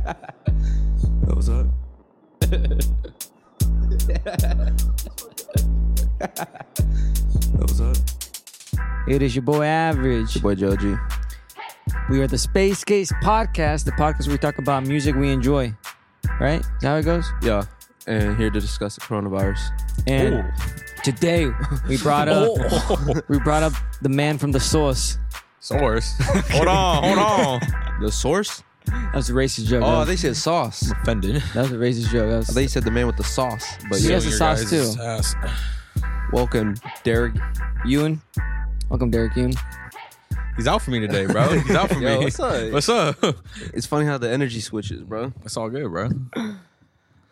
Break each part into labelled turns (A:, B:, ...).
A: That was up. that was up.
B: It is your boy Average.
A: Boy Joe G.
B: We are the Space Case Podcast, the podcast where we talk about music we enjoy. Right? Is that how it goes?
A: Yeah, and here to discuss the coronavirus.
B: And today we brought up
A: Oh.
B: we brought up the man from the source.
C: Source. hold on, hold on.
A: The source?
B: That was a racist joke.
A: Oh,
B: that, was,
A: they said sauce.
C: Offended.
B: that was a racist joke. That was,
A: They said the man with the sauce. But
B: He
A: yeah,
B: has a sauce too.
A: welcome, Derek.
B: Ewan. Welcome, Derek Ewan.
C: He's out for me today, bro. He's out for
A: Yo,
C: me.
A: what's up?
C: What's up?
A: It's funny how the energy switches, bro.
C: It's all good, bro.
A: What's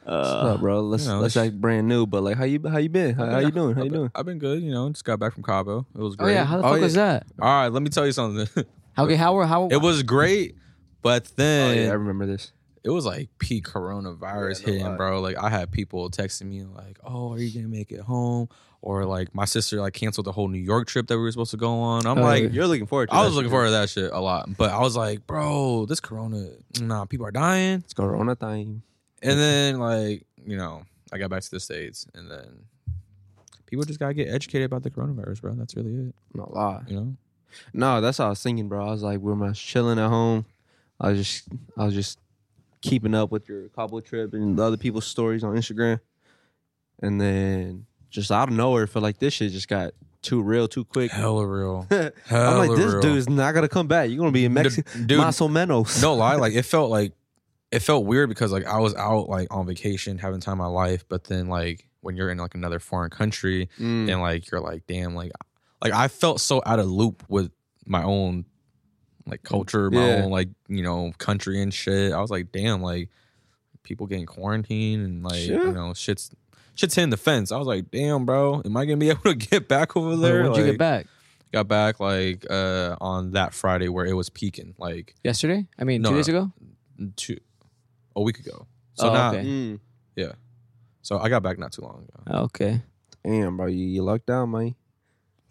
A: up, bro? Let's
C: you know,
A: let's
C: it's-
A: act brand new, but like, how you how you been? How, how you doing? How you
C: I've been-
A: doing?
C: I've been good, you know. Just got back from Cabo. It was
B: Oh
C: great.
B: yeah, how the
A: Oh,
B: fuck
A: yeah.
B: was that?
C: all right, let me tell you something.
B: Okay, how were how
C: it was great, but
A: Oh,
C: then
A: yeah, I remember this.
C: it was like peak coronavirus
A: Yeah, no
C: hitting,
A: lie.
C: bro. Like I had people texting me like, "Oh, are you gonna make it home?" Or like my sister like canceled the whole New York trip that we were supposed to go on. I'm
B: Oh,
C: like,
B: yeah.
A: You're looking forward. to
C: I
A: that
C: was looking
A: shit.
C: forward to that shit a lot, but I was like, bro, this corona, nah, people are dying.
A: It's Corona time.
C: And then, like, you know, I got back to the States, and then people just gotta get educated about the coronavirus, bro. That's really it,
A: Not lie.
C: you know?
A: No, that's how I was thinking, bro. I was like, when I was chilling at home, I was just, I was just keeping up with your Cabo trip and the other people's stories on Instagram, and then just out of nowhere, felt like this shit just got too real too quick.
C: Hella real.
A: I'm like,
C: Hella
A: this
C: real.
A: dude's not gonna come back. You're gonna be in Mexico,
C: D- dude,
A: Más o menos.
C: no lie, like, it felt like, it felt weird because, like, I was out, like, on vacation, having the time of my life, but then, like, when you're in, like, another foreign country,
A: Mm.
C: and like you're like damn like like i felt so out of loop with my own
B: Mm.
C: like culture my
A: Yeah.
C: own like you know country and shit i was like damn like people getting quarantined and like
A: Sure.
C: you know shit's shit's hitting the fence i was like damn bro am i gonna be able to get back over there
B: when did you
C: Like,
B: get back?
C: got back like uh on that friday where it was peaking like
B: Yesterday? I mean
C: No,
B: two
C: no.
B: days ago?
C: two a week ago so
B: Oh,
C: not
B: okay.
A: Mm.
C: so i got back not too long ago
B: Oh, Okay.
A: Damn, bro, you, you lucked out, man.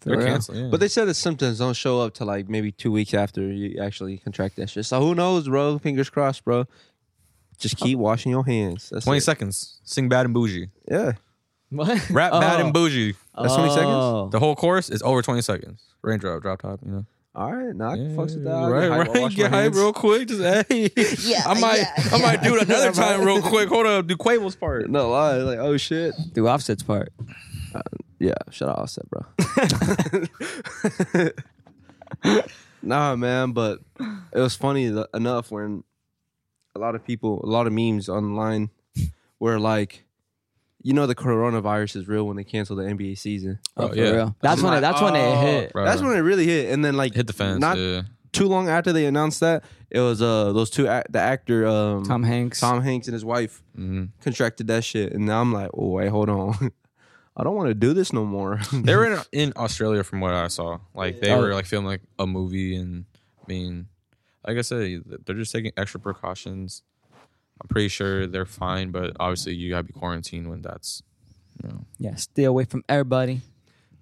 B: For
C: they're
B: real.
C: canceling yeah.
A: But they said the symptoms don't show up to like maybe two weeks after you actually contract that shit. So who knows, bro? Fingers crossed, bro. Just keep washing your hands. That's
C: 20
A: it.
C: seconds sing bad and bougie
A: Yeah.
B: What?
C: rap bad
B: Oh.
C: and bougie
A: That's 20 seconds?
B: Oh.
C: The whole course is over 20 seconds. Raindrop, drop top, you know.
A: All right, nah, I can fucks with that. I
C: Right,
A: can hype-
C: right.
A: I'll wash
C: Get
A: my
C: hype
A: hands.
C: real quick. Just hey. I might I might do it another time real quick. Hold up, do Quavo's part.
A: No lie, like oh shit.
B: The offsets part.
A: Yeah, shut up, Offset, bro. nah, man, but it was funny th- enough when a lot of people, a lot of memes online were like, you know, the coronavirus is real when they cancel the NBA season.
B: Oh,
C: Oh,
B: for
C: yeah.
B: real. That's
A: I'm
B: when
A: like,
B: it, that's when it
A: oh,
B: hit.
C: Bro.
A: That's when it really hit, and then like
C: Hit the fence.
A: Not
C: yeah.
A: too long after they announced that, it was uh those two ac the actor um
B: Tom Hanks.
A: Tom Hanks and his wife
C: Mhm.
A: contracted that shit, and now I'm like, oh wait, hold on, I don't want to do this no more.
C: They were in, in Australia from what I saw. Like they
B: Oh.
C: were like filming like a movie and I mean, like I said, they're just taking extra precautions. I'm pretty sure they're fine, but obviously you gotta be quarantined when that's you know,
B: Yeah, stay away from everybody.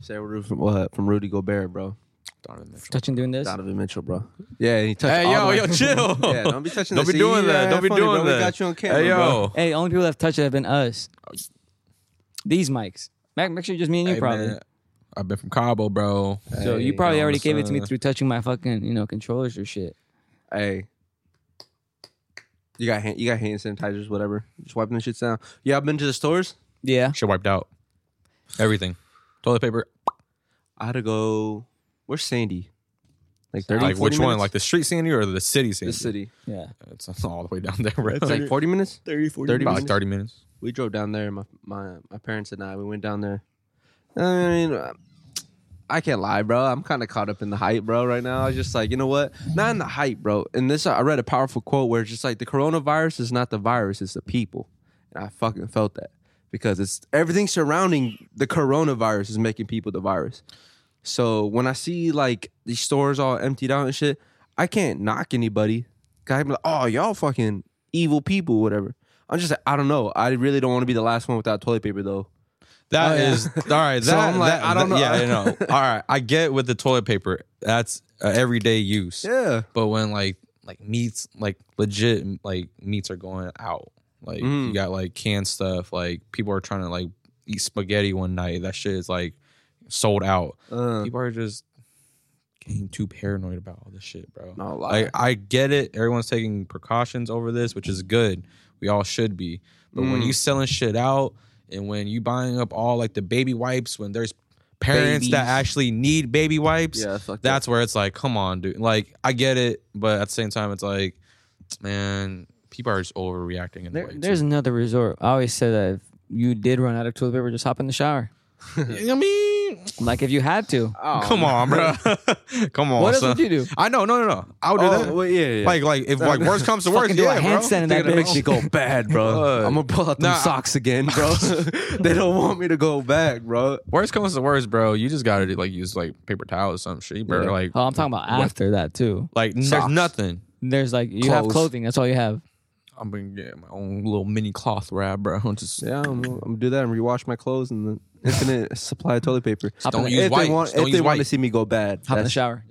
A: Say we're from what uh, from Rudy Gobert, bro.
C: Donovan Mitchell.
B: Touching doing this.
A: Donovan Mitchell, bro. Yeah, and he touched.
C: Hey
A: all
C: yo,
A: the-
C: yo, chill.
A: Yeah, don't be touching.
C: Don't
A: that. See,
C: be doing
A: yeah,
C: that. Don't be
A: funny,
C: doing
A: bro.
C: that.
A: We got you on camera,
C: Hey
A: bro.
C: yo.
B: Hey, only people that have touched it have been us. These mics. Mac, make sure you're just me and you
C: Hey,
B: probably.
C: man, I've been from Cabo, bro.
B: So you
A: Hey,
B: probably
C: I'm
B: already
C: a
B: gave it to me
C: son.
B: through touching my fucking, you know, controllers or shit.
A: Hey. You got hand, you got hand sanitizers, whatever. Just wiping the shit down. Yeah, I've been to the stores.
B: Yeah.
C: Shit wiped out. Everything. Toilet paper.
A: I had to go. Where's Sandy? Like thirty.
C: like
A: 40
C: which one?
A: minutes?
C: Like the street sandy or the city sandy?
A: the city.
B: Yeah.
C: It's all the way down there. Right?
A: It's like forty minutes.
B: 30, 40.
A: 30
C: about like
A: minutes.
C: 30 minutes.
A: We drove down there. My my my parents and I. We went down there. I mean, uh, I can't lie, bro. I'm kind of caught up in the hype, bro. Right now, I was just like, you know what? Not in the hype, bro. And this, I read a powerful quote where it's just like the coronavirus is not the virus, it's the people. And I fucking felt that because it's everything surrounding the coronavirus is making people the virus. So when I see like these stores all emptied out and shit, I can't knock anybody. i I'm like, oh, y'all fucking evil people, whatever. I'm just, I don't know. I really don't want to be the last one without toilet paper though.
B: Oh,
C: That
B: yeah.
C: is all right. That,
A: So I'm like,
C: that-
A: I don't
C: that- Yeah,
A: know.
C: I know. All right, I get with the toilet paper. That's uh, everyday use.
A: Yeah.
C: But when like like meats, like legit, like meats are going out. Like
A: Mm.
C: you got like canned stuff. Like people are trying to like eat spaghetti one night. That shit is like sold out.
A: Uh,
C: People are just getting too paranoid about all this shit, bro.
A: no lie.
C: Like I get it. Everyone's taking precautions over this, which is good. We all should be. But when
A: Mm.
C: you selling shit out and when you buying up all like the baby wipes, when there's parents that
A: Babies.
C: actually need baby wipes,
A: yeah, fuck that.
C: that's where it's like, come on, dude. Like I get it, but at the same time, it's like, man, people are just overreacting in a
B: There,
C: way.
B: there's another resort. I always said that if you did run out of toilet paper, just hop in the shower.
C: too. I mean,
B: Like if you had to.
A: Oh,
C: come on, bro. come on.
B: what else
C: son.
B: would you do?
C: I know, no, no, no. I would do
A: Oh,
C: that.
A: well, yeah, yeah.
C: Like, like if like worst comes to worst,
B: Fucking do a
C: yeah, bro.
B: handstand in that
A: They're gonna make
B: bitch.
A: me go bad, bro.
C: Uh,
A: I'm gonna pull out them
C: nah.
A: socks again, bro. they don't want me to go back, bro.
C: Worst comes to worst, bro. You just gotta like use like paper towel or some shit, bro.
A: Yeah.
C: Like,
B: Oh, I'm talking about
C: What?
B: after that too.
C: like n- there's
A: Socks.
C: nothing.
B: There's like you have
A: Clothes.
B: clothing. That's all you have.
C: I'm gonna get my own little mini cloth wrap, bro. Just
A: Yeah, I'm, I'm gonna do that and rewash my clothes and the infinite supply of toilet paper.
B: Hop in
C: don't
B: the,
C: use
A: if
C: white.
A: they want,
C: Just don't
A: if
C: use
A: they want to
C: white.
A: see me go bad,
B: hop in the
A: that's-
B: shower.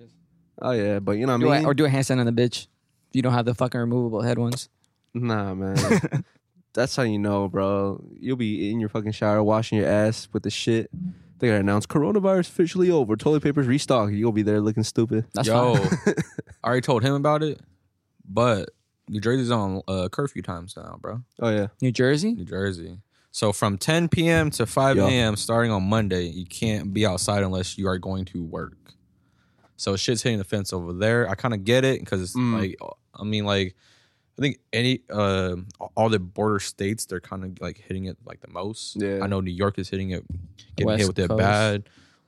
A: oh yeah, but you know
B: Do
A: what I
B: a,
A: mean?
B: or do a handstand on the bitch. You don't have the fucking removable head ones.
A: Nah, man. That's how you know, bro. You'll be in your fucking shower washing your ass with the shit. They gotta announce coronavirus officially over. Toilet paper's restocked. You'll be there looking stupid.
B: That's
C: Yo,
B: fine.
C: I already told him about it, but New Jersey's on uh, curfew times now, bro.
A: Oh yeah.
B: New Jersey.
C: New Jersey. So from 10 p.m. to 5
A: Yeah.
C: a.m. starting on Monday, you can't be outside unless you are going to work. So shit's hitting the fence over there. I kind of get it because it's
A: Mm.
C: like, I mean, like, I think any uh, all the border states they're kind of like hitting it like the most.
A: Yeah.
C: I know New York is hitting it, getting
B: West
C: hit with it
B: Coast.
C: bad.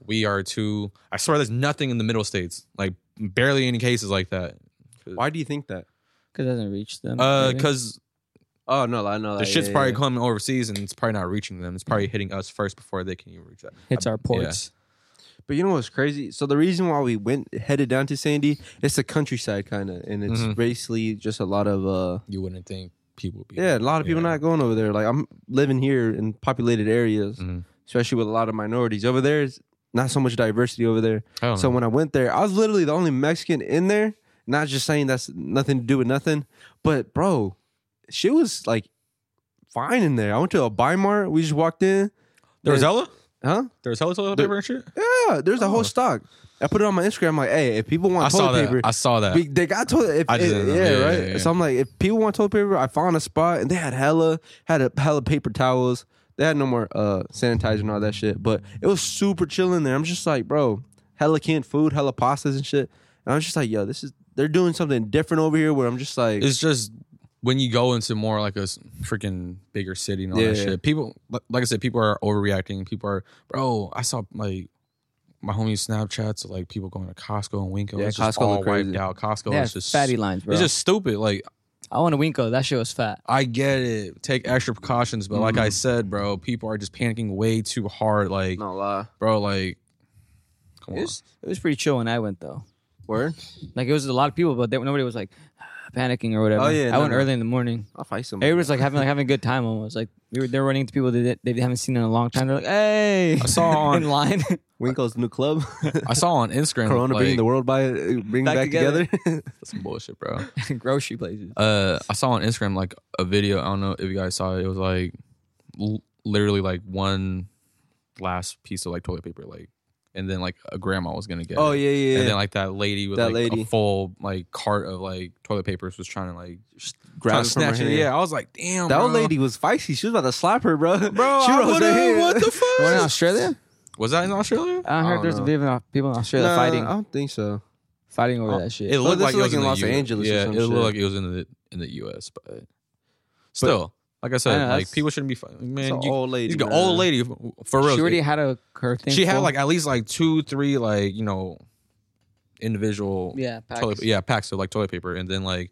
C: We are too. I swear, there's nothing in the middle states, like barely any cases like that.
A: Why do you think that?
B: Because it doesn't reach them.
C: Uh,
B: maybe.
C: because
A: Oh no, I know
C: the
A: that.
C: shit's
A: Yeah,
C: probably
A: yeah.
C: coming overseas and it's probably not reaching them. It's probably hitting us first before they can even reach that.
B: hits our ports.
A: But you know what's crazy? So the reason why we went headed down to Sandy, it's the countryside kind of, and it's
C: Mhm.
A: basically just a lot of uh,
C: You wouldn't think people would be.
A: yeah, a lot of people
C: Yeah.
A: not going over there. Like I'm living here in populated areas,
C: Mhm.
A: especially with a lot of minorities over there. It's not so much diversity over there.
C: I don't
A: So
C: know.
A: when I went there, I was literally the only Mexican in there. Not just saying that's nothing to do with nothing, but bro, she was like fine in there. I went to a Bimart. We just walked in,
C: there was hella,
A: huh?
C: there was hella toilet
A: There-
C: paper and shit.
A: Yeah, there's a
C: Oh.
A: whole stock. I put it on my Instagram. like, hey, if people want
C: I
A: toilet
C: saw that.
A: paper,
C: I saw that.
A: we, they got toilet. If,
C: Uh, I just
A: it-
C: didn't
A: yeah,
C: know. Yeah,
A: right.
C: yeah, yeah.
A: So I'm like, if people want toilet paper, I found a spot, and they had hella had a hella paper towels. They had no more uh, sanitizer and all that shit. But it was super chill in there. I'm just like, bro, hella canned food, hella pastas and shit. And I was just like, yo, this is they're doing something different over here. Where I'm just like,
C: it's just when you go into more like a s- freaking bigger city and all that
A: Yeah.
C: shit. People, li- like I said, people are overreacting. People are, bro. I saw like my homie's Snapchats of like people going to Costco and Winko.
A: Yeah,
C: it's
A: Costco
C: just all
A: look crazy.
C: wiped out. Costco
B: Yeah,
C: is just
B: fatty lines, bro.
C: It's just stupid. Like
B: I want a Winko. That shit was fat.
C: I get it. Take extra precautions, but like I said, bro, people are just panicking way too hard. Like,
A: Mm-hmm. no lie,
C: bro, like, come
B: It
C: on.
B: was, it was pretty chill when I went though.
A: word.
B: Like it was a lot of people, but they, nobody was like panicking or whatever.
A: Oh, yeah,
B: I
A: no,
B: went
A: no.
B: early in the morning.
A: I'll fight some.
B: Everybody was like having like having a good time almost. Like we were they're running to people that they, they haven't seen in a long time. They're like, hey,
C: I saw on
B: in line.
A: Winko's new club.
C: I saw on Instagram
A: Corona
C: like,
A: bringing the world by bringing
B: Back
A: back,
B: together.
A: together.
C: that's some bullshit, bro.
B: grocery places.
C: Uh, I saw on Instagram like a video. I don't know if you guys saw it. It was like l- literally like one last piece of like toilet paper, like, and then like a grandma was gonna get.
A: oh
C: it.
A: yeah, yeah. yeah.
C: And then like that lady with
A: That
C: like
A: lady.
C: a full like cart of like toilet papers was trying to like
A: Grab
C: trying to
A: it from her
C: snatch it.
A: hand.
C: Yeah, I was like, damn,
A: That
C: bro.
A: old lady was feisty. She was about to slap her, bro.
C: Bro,
A: she
C: I
A: rose her
C: would've-
A: hand.
C: what the fuck?
B: One in Australia.
C: Was that in Australia?
B: I heard
A: don't
B: there's a
A: know.
B: bit of people in Australia
A: Nah,
B: fighting
A: I don't think so.
B: fighting over
C: Oh,
B: that shit.
C: It looked
A: this
C: like
A: is
C: it was
A: like
C: in,
A: in
C: the
A: Los
C: US.
A: Angeles or
C: Yeah,
A: some
C: it looked
A: shit.
C: like it was in the in the U.S. But still, like I said,
B: know,
C: like
B: that's-
C: people shouldn't be fi-
A: It's
C: man.
A: an
C: You,
A: old lady.
C: you got
A: man.
C: old lady for real.
B: she already had a her thing.
C: she had
B: full.
C: like at least like two, three, like you know, individual
B: yeah,
C: toilet,
B: packs.
C: yeah packs of like toilet paper, and then like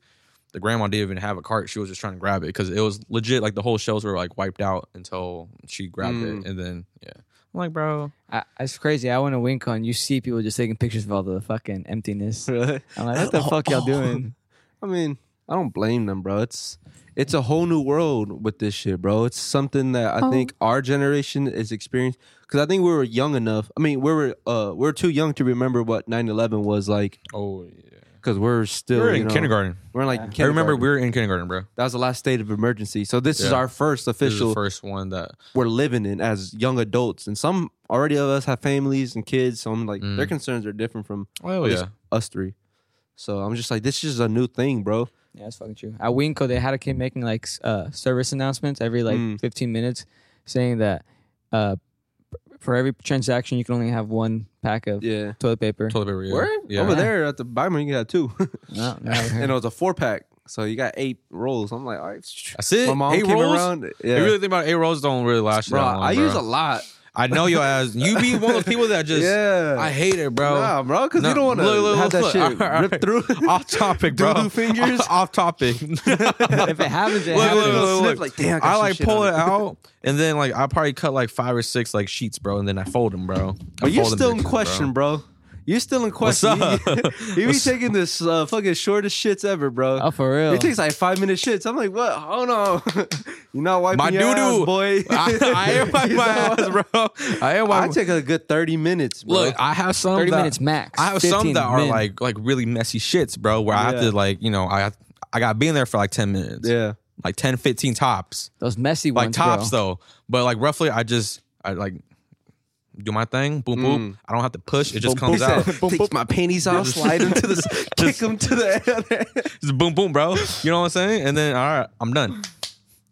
C: the grandma didn't even have a cart. She was just trying to grab it because it was legit. Like the whole shelves were like wiped out until she grabbed
A: Mm.
C: it, and then yeah, I'm like, bro,
B: I, it's crazy. I went to WinCon. You see people just taking pictures of all the fucking emptiness.
A: Really?
B: I'm like, what the fuck y'all doing?
A: I mean, I don't blame them, bro. It's it's a whole new world with this shit, bro. It's something that I
D: Oh.
A: think our generation is experienced because I think we were young enough. I mean, we were uh we are too young to remember what 9-11 was like
C: Oh yeah.
A: because we're still
C: We were
A: you
C: in
A: know,
C: kindergarten.
A: We're in like
C: I remember
A: kindergarten.
C: we were in kindergarten, bro.
A: that was the last state of emergency. So this is
C: Yeah.
A: our first
C: This is
A: official
C: the first one that
A: we're living in as young adults, and some already of us have families and kids. So I'm like,
C: Mm.
A: their concerns are different from
C: Oh
A: Just-
C: yeah.
A: us three. So I'm just like, this is a new thing, bro.
B: Yeah, that's fucking true. At Winco, they had a kid making like s- uh, service announcements every like
A: Mm.
B: 15 minutes, saying that uh, p- for every transaction you can only have one pack of
A: Yeah.
B: toilet paper.
C: Toilet paper. Yeah.
A: Word?
C: Yeah.
A: Over there at the Bimer, you got two.
B: No, no.
A: and it was a four pack. So you got eight rolls. I'm like, all right.
C: That's it.
A: My mom
C: eight
A: came
C: rolls?
A: around.
C: If
A: Yeah.
C: you really think about it, eight rolls don't really last you
A: bro,
C: that long,
A: I
C: bro.
A: use a lot.
C: I know your ass. You be one of those people that just.
A: Yeah.
C: I hate it, bro.
A: Nah, bro, because
C: No,
A: you don't want
C: look, look,
A: to have that
C: look.
A: shit
C: All right.
A: ripped through.
C: Off topic, bro.
A: Doodoo fingers?
C: Off, off topic.
B: if it happens, it
C: Look,
B: happens.
C: look, look, look.
A: Sniff, like, damn, I got
C: I
A: some
C: like
A: shit
C: pull
A: on
C: it
A: me.
C: out, and then like I probably cut like five or six like sheets, bro, and then I fold them, bro. I
A: But you're
C: fold them
A: still in
C: bitches, bro.
A: question, bro. You're still in
C: What's
A: question.
C: up?
A: You- you be
C: What's-
A: taking this uh, fucking shortest shits ever, bro.
B: Oh, for real.
A: It takes like five minute shits. I'm like, what? Hold on. You're not wiping
C: My
A: your ass,
C: doo-doo.
A: boy.
C: I, I am my,
A: You
C: my
A: know?
C: ass, bro. I am my.
A: I take a good 30 minutes, bro.
C: Look, I have some
B: 30
C: that-
B: minutes max.
C: I have some
B: 15
C: that are
B: min.
C: like like really messy shits, bro. Where I have
A: Yeah.
C: to like you know I I got to be in there for like ten minutes,
A: yeah.
C: like 10, 15 tops.
B: Those messy
C: like
B: ones,
C: tops
B: bro.
C: though. But like roughly, I just I like do my thing. Boom,
B: Mm.
C: boom. I don't have to push. It just
A: Boom,
C: comes
A: boom,
C: out.
A: boom, Takes my panties off, slide them to the, s- kick them to the other.
C: Just boom, boom, bro. You know what I'm saying? And then all right, I'm done.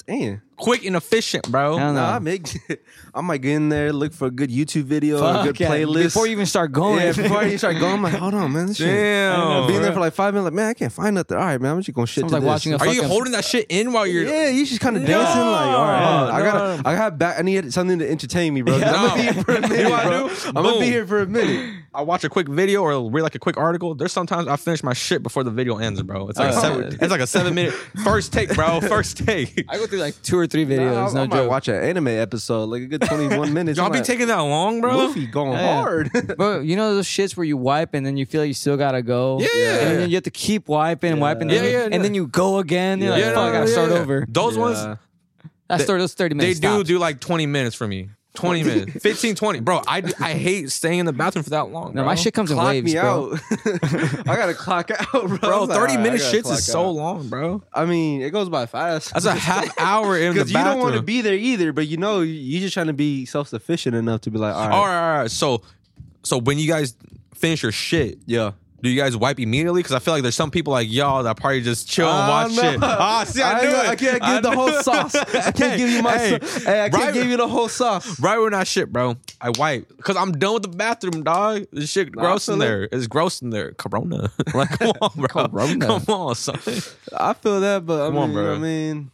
A: Damn.
C: Quick and efficient, bro.
B: Hell no.
A: Nah, I make. I might get in there, look for a good YouTube video, or a
B: Fuck
A: good
B: yeah.
A: playlist.
B: Before you even start going.
A: Oh, yeah, before you start going, I'm like, hold on, man. This shit.
C: Damn.
A: Being there for like five minutes, like, man, I can't find nothing. All right, man, I'm just gonna shit.
B: Sounds
A: to
B: like
A: this.
B: watching a
C: Are you
B: fucking-
C: holding that shit in while you're?
A: Yeah, you just kind of dancing like, all right, hold on. I gotta, I got back. I need something to entertain me, bro. 'cause I'm gonna be here for a
C: No. You
A: minute,
C: know what I
A: bro.
C: do?
A: I'm gonna be
C: Boom.
A: here for a minute.
C: I watch a quick video or read like a quick article. There's sometimes I finish my shit before the video ends, bro. It's
A: Uh,
C: like
B: Oh.
C: a seven, it's like a seven minute first take, bro. First take.
B: I go through like two or three
A: Nah, I,
B: videos.
A: I
B: no
A: might
B: joke.
A: watch an anime episode, like a good 21 minutes.
C: Y'all
A: I'm
C: be
A: like,
C: taking that long, bro.
A: Luffy going
B: Yeah.
A: hard.
B: Bro, you know those shits where you wipe and then you feel like you still gotta go.
C: Yeah.
B: and then you have to keep wiping and wiping.
C: Yeah,
B: and,
C: yeah,
B: and
C: yeah.
B: then you go again. You're
C: Yeah,
B: like,
C: no,
B: fuck, I gotta
C: yeah,
B: start
C: yeah.
B: over.
C: Those ones,
A: Yeah.
B: I start those thirty
C: they
B: minutes.
C: do
B: stops.
C: do like 20 minutes for me 20 minutes 15 20 bro I, I hate staying in the bathroom for that long
B: No,
C: bro.
B: my shit comes in
A: clock
B: waves,
A: me
B: bro.
A: out. I gotta clock out, bro. I
C: bro
A: was like,
C: 30
A: all right,
C: minute
A: I gotta
C: shits
A: clock
C: is so
A: out.
C: long bro
A: I mean, it goes by fast.
C: that's a half hour in the
A: Because you
C: bathroom
A: don't want to be there either, but you know, you're just trying to be self sufficient enough to be like, all right,
C: all right all right so so when you guys finish your shit
A: yeah.
C: do you guys wipe immediately? Because I feel like there's some people like y'all that probably just chill and
A: Oh,
C: watch
A: no.
C: shit. Ah, see, I, knew
A: know-
C: it.
A: I can't give
C: I
A: the
C: knew
A: whole
C: it.
A: sauce. I can't
C: Hey,
A: give you my.
C: hey,
A: sauce. Hey, I can't
C: right-
A: give you the whole sauce.
C: Right when I shit, bro, I wipe because I'm done with the bathroom, dog. This shit
A: Nah, I
C: gross in
A: feel it.
C: there. It's gross in there. Corona, like come on, bro.
B: Corona.
C: Come on, son.
A: I feel that, but I
C: Come
A: mean, you
C: on,
A: know
C: bro.
A: what I mean,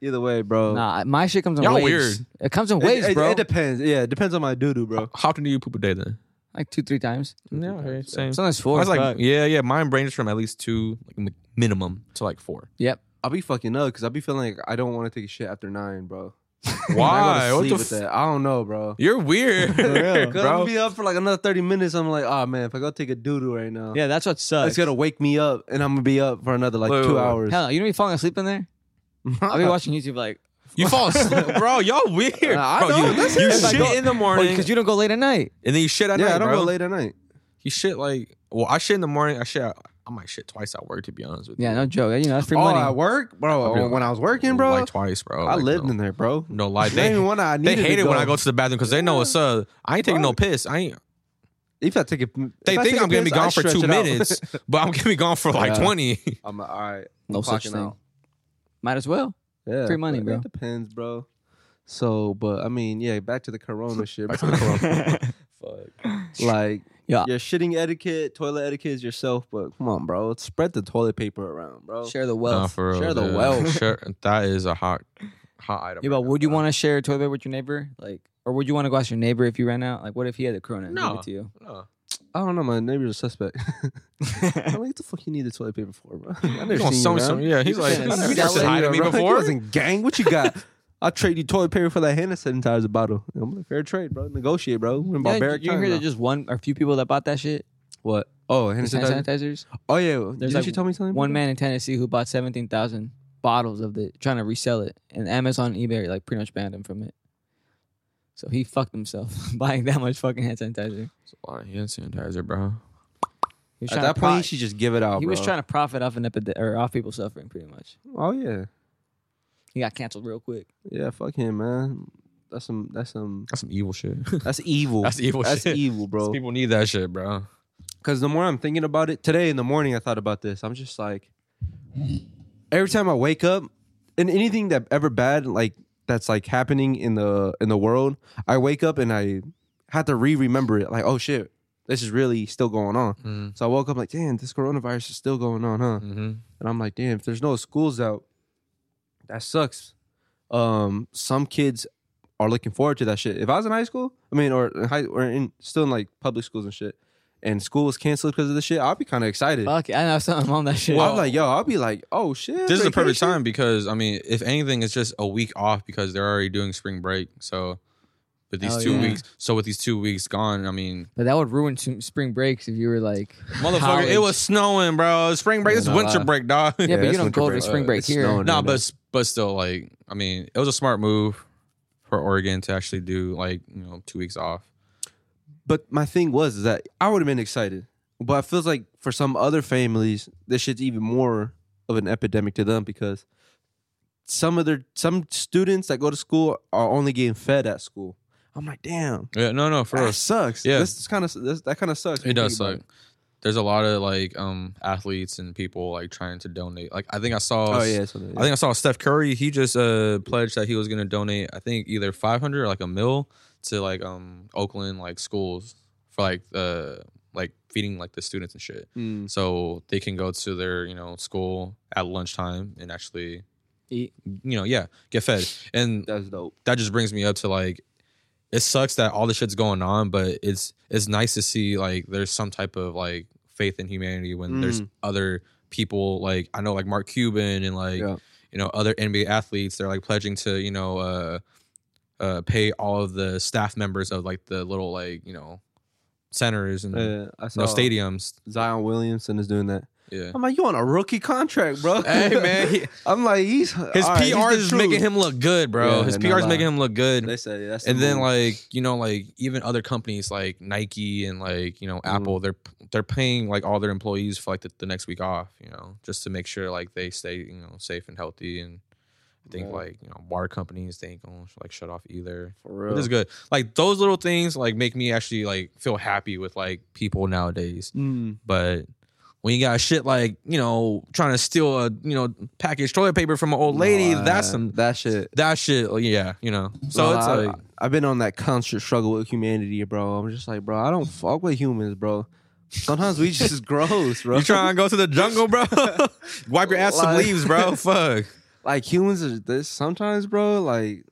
A: either way, bro.
B: Nah, my shit comes in
C: Y'all
B: waves.
C: weird.
B: It comes in
A: It-
B: waves,
A: it,
B: bro.
A: It, depends. Yeah, it depends on my doo doo, bro.
C: How often do you poop a day then?
B: like two, three times.
C: Yeah, okay, same.
B: Sometimes four.
C: I was like,
B: fuck.
C: yeah, yeah. Mine ranges from at least two, like mi- minimum to like four.
B: yep.
A: I'll be fucking up because I'll be feeling like I don't want to take a shit after nine, bro. I, go
C: Why?
A: to
C: What
A: sleep
C: the?
A: with
C: F-
A: that. I don't know, bro.
C: you're weird,
A: Cause I'm
C: bro.
A: gonna be up for like another 30 minutes. I'm like, oh man, if I go take a doo doo right now,
B: Yeah, that's what sucks.
A: it's gonna wake me up and I'm gonna be up for another like
C: Wait,
A: two
C: wait, wait.
A: hours.
B: Hell, you don't be falling asleep in there. I'll
A: Uh-huh.
B: be watching YouTube like
C: You fall asleep, bro. Y'all weird.
A: Nah, I
C: bro,
A: know,
C: you,
A: that's
C: you
A: it. If I
C: shit
A: go-
C: in the morning,
B: because you don't go late at night.
C: and then you shit at
A: yeah,
C: night,
A: I don't
C: bro.
A: go late at night.
C: You shit like, well, I shit in the morning. I shit. At, I might shit twice at work, to be honest with you.
B: Yeah, no joke. You know that's free
A: oh,
B: money.
A: at work, bro.
C: I'll be
A: when I was working, bro,
C: like twice, bro.
A: I
C: Like,
A: lived
C: no,
A: in there, bro.
C: No lie,
A: They,
C: they,
A: even when I
C: they
A: needed
C: hate
A: to
C: it when
A: go.
C: I go to the bathroom because they know what's up. I ain't taking no piss. I ain't.
A: If I take a, if
C: They
A: I
C: think
A: take a
C: I'm gonna be
A: piss, I
C: gone for
A: stretch
C: two
A: it out.
C: minutes, but I'm gonna be gone for like
A: Yeah.
C: twenty.
A: I'm like, all right.
B: no
A: I'm
B: such
A: clocking
B: thing.
A: out.
B: Might as well.
A: Yeah,
B: Free money,
A: but
B: bro.
A: It depends, bro. So, but I mean, yeah, back to the corona shit. Bro. like,
B: Yeah.
A: your shitting etiquette, toilet etiquette is yourself, but come on, bro. Spread the toilet paper around, bro.
B: Share the
C: Nah,
B: wealth.
C: for real,
A: Share the
C: dude.
A: wealth.
C: Share- that is a hot, hot item.
B: Yeah,
C: right
B: but
C: now,
B: would you
C: bro.
B: want to share a toilet with your neighbor? Like, or would you want to go ask your neighbor if you ran out? Like, what if he had a Corona? and gave
C: No.
B: it to you.
C: No.
A: I don't know. My neighbor's a suspect. I'm like, what the fuck you need the toilet paper for, bro? I never
C: You want
A: seen
C: some-
A: you, man.
C: some- yeah, he's like,
B: been
C: you never
B: selling
C: said hi to
A: Yeah,
C: me
A: bro. You
C: before.
A: wasn't gang. What you got? I'll trade you toilet paper for that hand sanitizer bottle. I'm like, fair trade, bro. Negotiate, bro. We're in
B: Yeah,
A: barbaric
B: you you
A: times
B: hear
A: now.
B: there's just one or a few people that bought that shit.
A: What? Oh, hand
B: Hand
A: sanitizer.
B: sanitizers.
A: Oh yeah. Didn't
B: There's like
A: you tell me something?
B: One man in Tennessee who bought seventeen thousand bottles of the trying to resell it, and Amazon, eBay like pretty much banned him from it. So he fucked himself buying that much fucking hand sanitizer.
C: It's a lot of hand sanitizer, bro.
B: He was
A: At
B: trying
A: that point,
B: to pro-
A: you should just give it out.
B: he was
A: bro.
B: trying to profit off an epidemic or off people suffering. Pretty much,
A: Oh yeah.
B: he got canceled real quick.
A: Yeah. Fuck him, man. That's some. That's some.
C: That's some evil shit.
A: That's evil.
C: That's evil
A: That's
C: shit.
A: evil, bro.
C: People need that shit, bro.
A: Because the more I'm thinking about it today in the morning, I thought about this. I'm just like, every time I wake up, and anything that ever bad like that's like happening in the in the world, I wake up and I had to re remember it. Like, oh shit, this is really still going on.
C: Mm.
A: So I woke up like, damn, this coronavirus is still going on, huh?
C: Mm-hmm.
A: And I'm like, damn, if there's no schools out, that sucks. Um, some kids are looking forward to that shit. If I was in high school, I mean, or in high, or in still in like public schools and shit, and school was canceled because of this shit, I'll be kind of excited.
B: Fuck, I know something on that shit.
A: I'm like, yo, I'll be like, oh shit,
C: This is the perfect
A: vacation.
C: time because I mean, if anything, it's just a week off because they're already doing spring break. So, with these
B: Oh,
C: two
B: yeah.
C: weeks, so with these two weeks gone, I mean,
B: But that would ruin some spring breaks if you were like,
C: motherfucker,
B: College.
C: it was snowing, bro. Spring break,
A: Yeah,
C: this
A: no
C: is winter
A: lie.
C: break, dog.
B: yeah, but
A: it's
B: you don't
A: winter
B: go to
A: break.
B: spring
A: Uh,
B: break
A: it's
B: here.
A: snowing.
C: No,
A: no, no.
C: but s- but still, like, I mean, it was a smart move for Oregon to actually do like you know two weeks off.
A: But my thing was is that I would have been excited, but it feels like for some other families, this shit's even more of an epidemic to them because some of their some students that go to school are only getting fed at school. I'm like, damn.
C: Yeah, no, no, for
A: that
C: us,
A: sucks.
C: Yeah.
A: this kind of this, that kind of sucks. when
C: It
A: you
C: does
A: think about
C: suck. There's a lot of like um athletes and people like trying to donate. Like I think I saw
A: Oh yeah, so, yeah.
C: I think I saw Steph Curry, he just uh pledged that he was gonna donate I think either five hundred or like a mil to like um Oakland like schools for like uh like feeding like the students and shit.
A: Mm.
C: So they can go to their, you know, school at lunchtime and actually
B: Eat.
C: you know, yeah, get fed. And
A: that's dope.
C: that just brings me up to like it sucks that all this shit's going on, but it's it's nice to see like there's some type of like faith in humanity when there's
A: Mm.
C: other people like I know like Mark Cuban and like
A: Yeah.
C: you know other NBA athletes they're like pledging to you know uh uh pay all of the staff members of like the little like you know centers and you
A: Yeah, I saw
C: know, stadiums.
A: Zion Williamson is doing that.
C: Yeah.
A: I'm like, you on a rookie contract, bro?
C: Hey man, he-
A: I'm like, he's
C: his
A: all right, he's
C: PR
A: the
C: is
A: truth.
C: making him look good, bro.
A: Yeah,
C: his
A: no
C: PR is
A: lie.
C: making him look good.
A: They say that's the
C: and then
A: move.
C: like you know like even other companies like nike and like you know
A: Mm-hmm.
C: apple they're they're paying like all their employees for like the, the next week off you know just to make sure like they stay you know safe and healthy and i think
A: Right.
C: like you know water companies they ain't gonna like shut off either
A: for real.
C: but it's good like those little things like make me actually like feel happy with like people nowadays
A: Mm.
C: but when you got shit like you know trying to steal a you know package toilet paper from an old lady
A: Nah,
C: that's some
A: that shit.
C: that shit like, yeah you know so
A: Nah,
C: it's
A: I-
C: like
A: I, have been on that constant struggle with humanity, bro. I'm just like, bro, I don't fuck with humans, bro. Sometimes we just is gross, bro.
C: You trying to go to the jungle, bro? Wipe your ass some
A: Like-
C: leaves, bro. Fuck.
A: like humans are this sometimes, bro. Like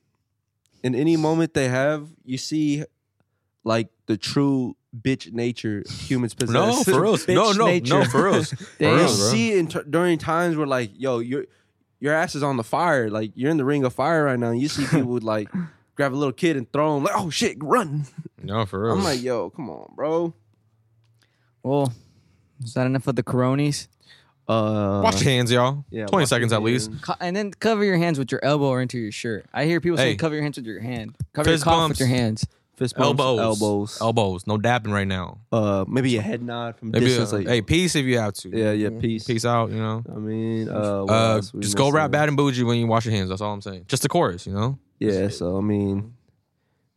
A: in any moment they have, you see like the true bitch nature humans possess.
C: No, for reals. No,
B: Bitch
C: no,
B: nature.
C: no, for reals.
A: You
B: Damn.
C: real, bro.
A: see in t- during times where like, yo, your your ass is on the fire. Like you're in the ring of fire right now. And you see people with, like grab a little kid and throw him like, oh shit, run.
C: No, for real.
A: I'm like, yo, come on, bro.
B: well, is that enough of the coronies?
A: Uh,
C: wash your hands, y'all.
A: yeah,
C: Twenty
A: wash
C: seconds
A: your
C: at least.
A: hands.
B: Co- and then cover your hands with your elbow or into your shirt. I hear people say
C: Hey.
B: cover your hands with your hand. Cover
C: Fist
B: your cough with
C: bumps.
B: your hands.
A: Fist bumps,
C: Elbows,
A: elbows,
C: elbows. No dapping right now.
A: uh, maybe a head nod from
C: Maybe,
A: distance.
C: uh,
A: like,
C: hey, peace if you have to.
A: yeah, yeah, peace,
C: Peace out. You know.
A: I mean, uh, what
C: Uh,
A: else we
C: just go
A: missing?
C: rap bad and bougie when you wash your hands. That's all I'm saying. Just the chorus, you know.
A: Yeah, so I mean,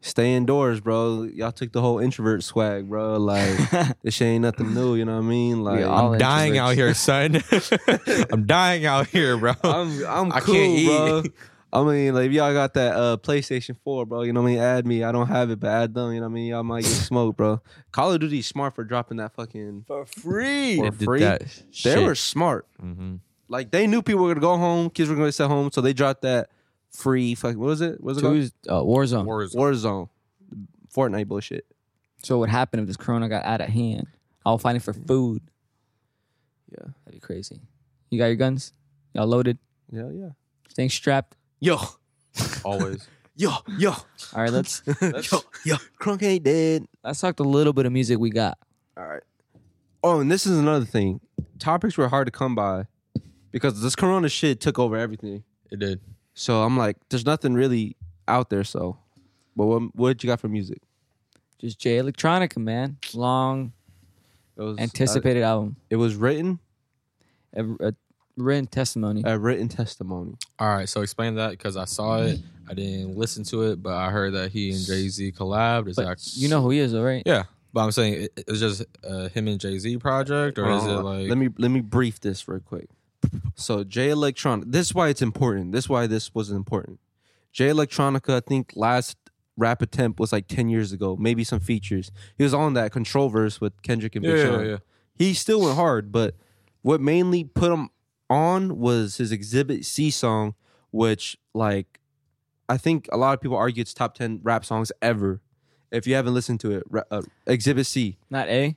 A: stay indoors, bro. Y'all took the whole introvert swag, bro. Like this shit ain't nothing new. You know what I mean? Like
B: all
A: I'm,
C: Dying out here, son. I'm dying out here, bro.
A: I'm, I'm
C: I
A: cool,
C: can't
A: bro.
C: eat.
A: I mean, like if y'all got that uh, PlayStation Four, bro. You know what I mean? Add me. I don't have it, but add them. You know what I mean? Y'all might get smoked, bro. Call of Duty smart for dropping that fucking.
B: For free.
A: For
C: They did
A: free.
C: that
A: They
C: shit.
A: were smart.
C: Mhm.
A: Like they knew people were gonna go home. Kids were gonna stay home, so they dropped that free. Fuck, what was it? What was it called?
B: Tuesday, uh, Warzone.
C: Warzone.
A: Warzone, Fortnite bullshit.
B: so what happened if this corona got out of hand? I'll find it for food.
A: Yeah.
B: That'd be crazy. You got your guns? Y'all loaded?
A: Yeah, yeah.
B: Staying strapped?
A: Yo,
C: Always.
A: yo, yo.
B: All right, let's
A: yo, yo, Crunk ain't dead.
B: let's talk the little bit of music we got.
A: All right. Oh, and this is another thing. Topics were hard to come by because this corona shit took over everything.
C: It did.
A: So I'm like, there's nothing really out there. So, but what what you got for music?
B: Just Jay Electronica, man. Long
A: It was uh,
B: anticipated album.
A: it was written
B: A, a written testimony.
A: a written testimony.
C: All right, so explain that because I saw it.
B: Mm-hmm.
C: I didn't listen to it, but I heard that he and Jay Z collabed. Is
B: But
C: that
B: you know who he is, though, right?
C: Yeah, but I'm saying it, it was just uh, him and Jay Z project, or is it
A: Uh,
C: like
A: let me let me brief this real quick. So J Electronica, this is why it's important. This is why this was important. J Electronica, I think last rap attempt was like ten years ago, maybe some features. He was on that control verse with Kendrick and
C: Yeah,
A: Big
C: yeah,
A: Sean.
C: yeah.
A: He still went hard, but what mainly put him on was his Exhibit C song, which like I think a lot of people argue it's top ten rap songs ever. If you haven't listened to it, ra- uh, Exhibit C,
B: Not A.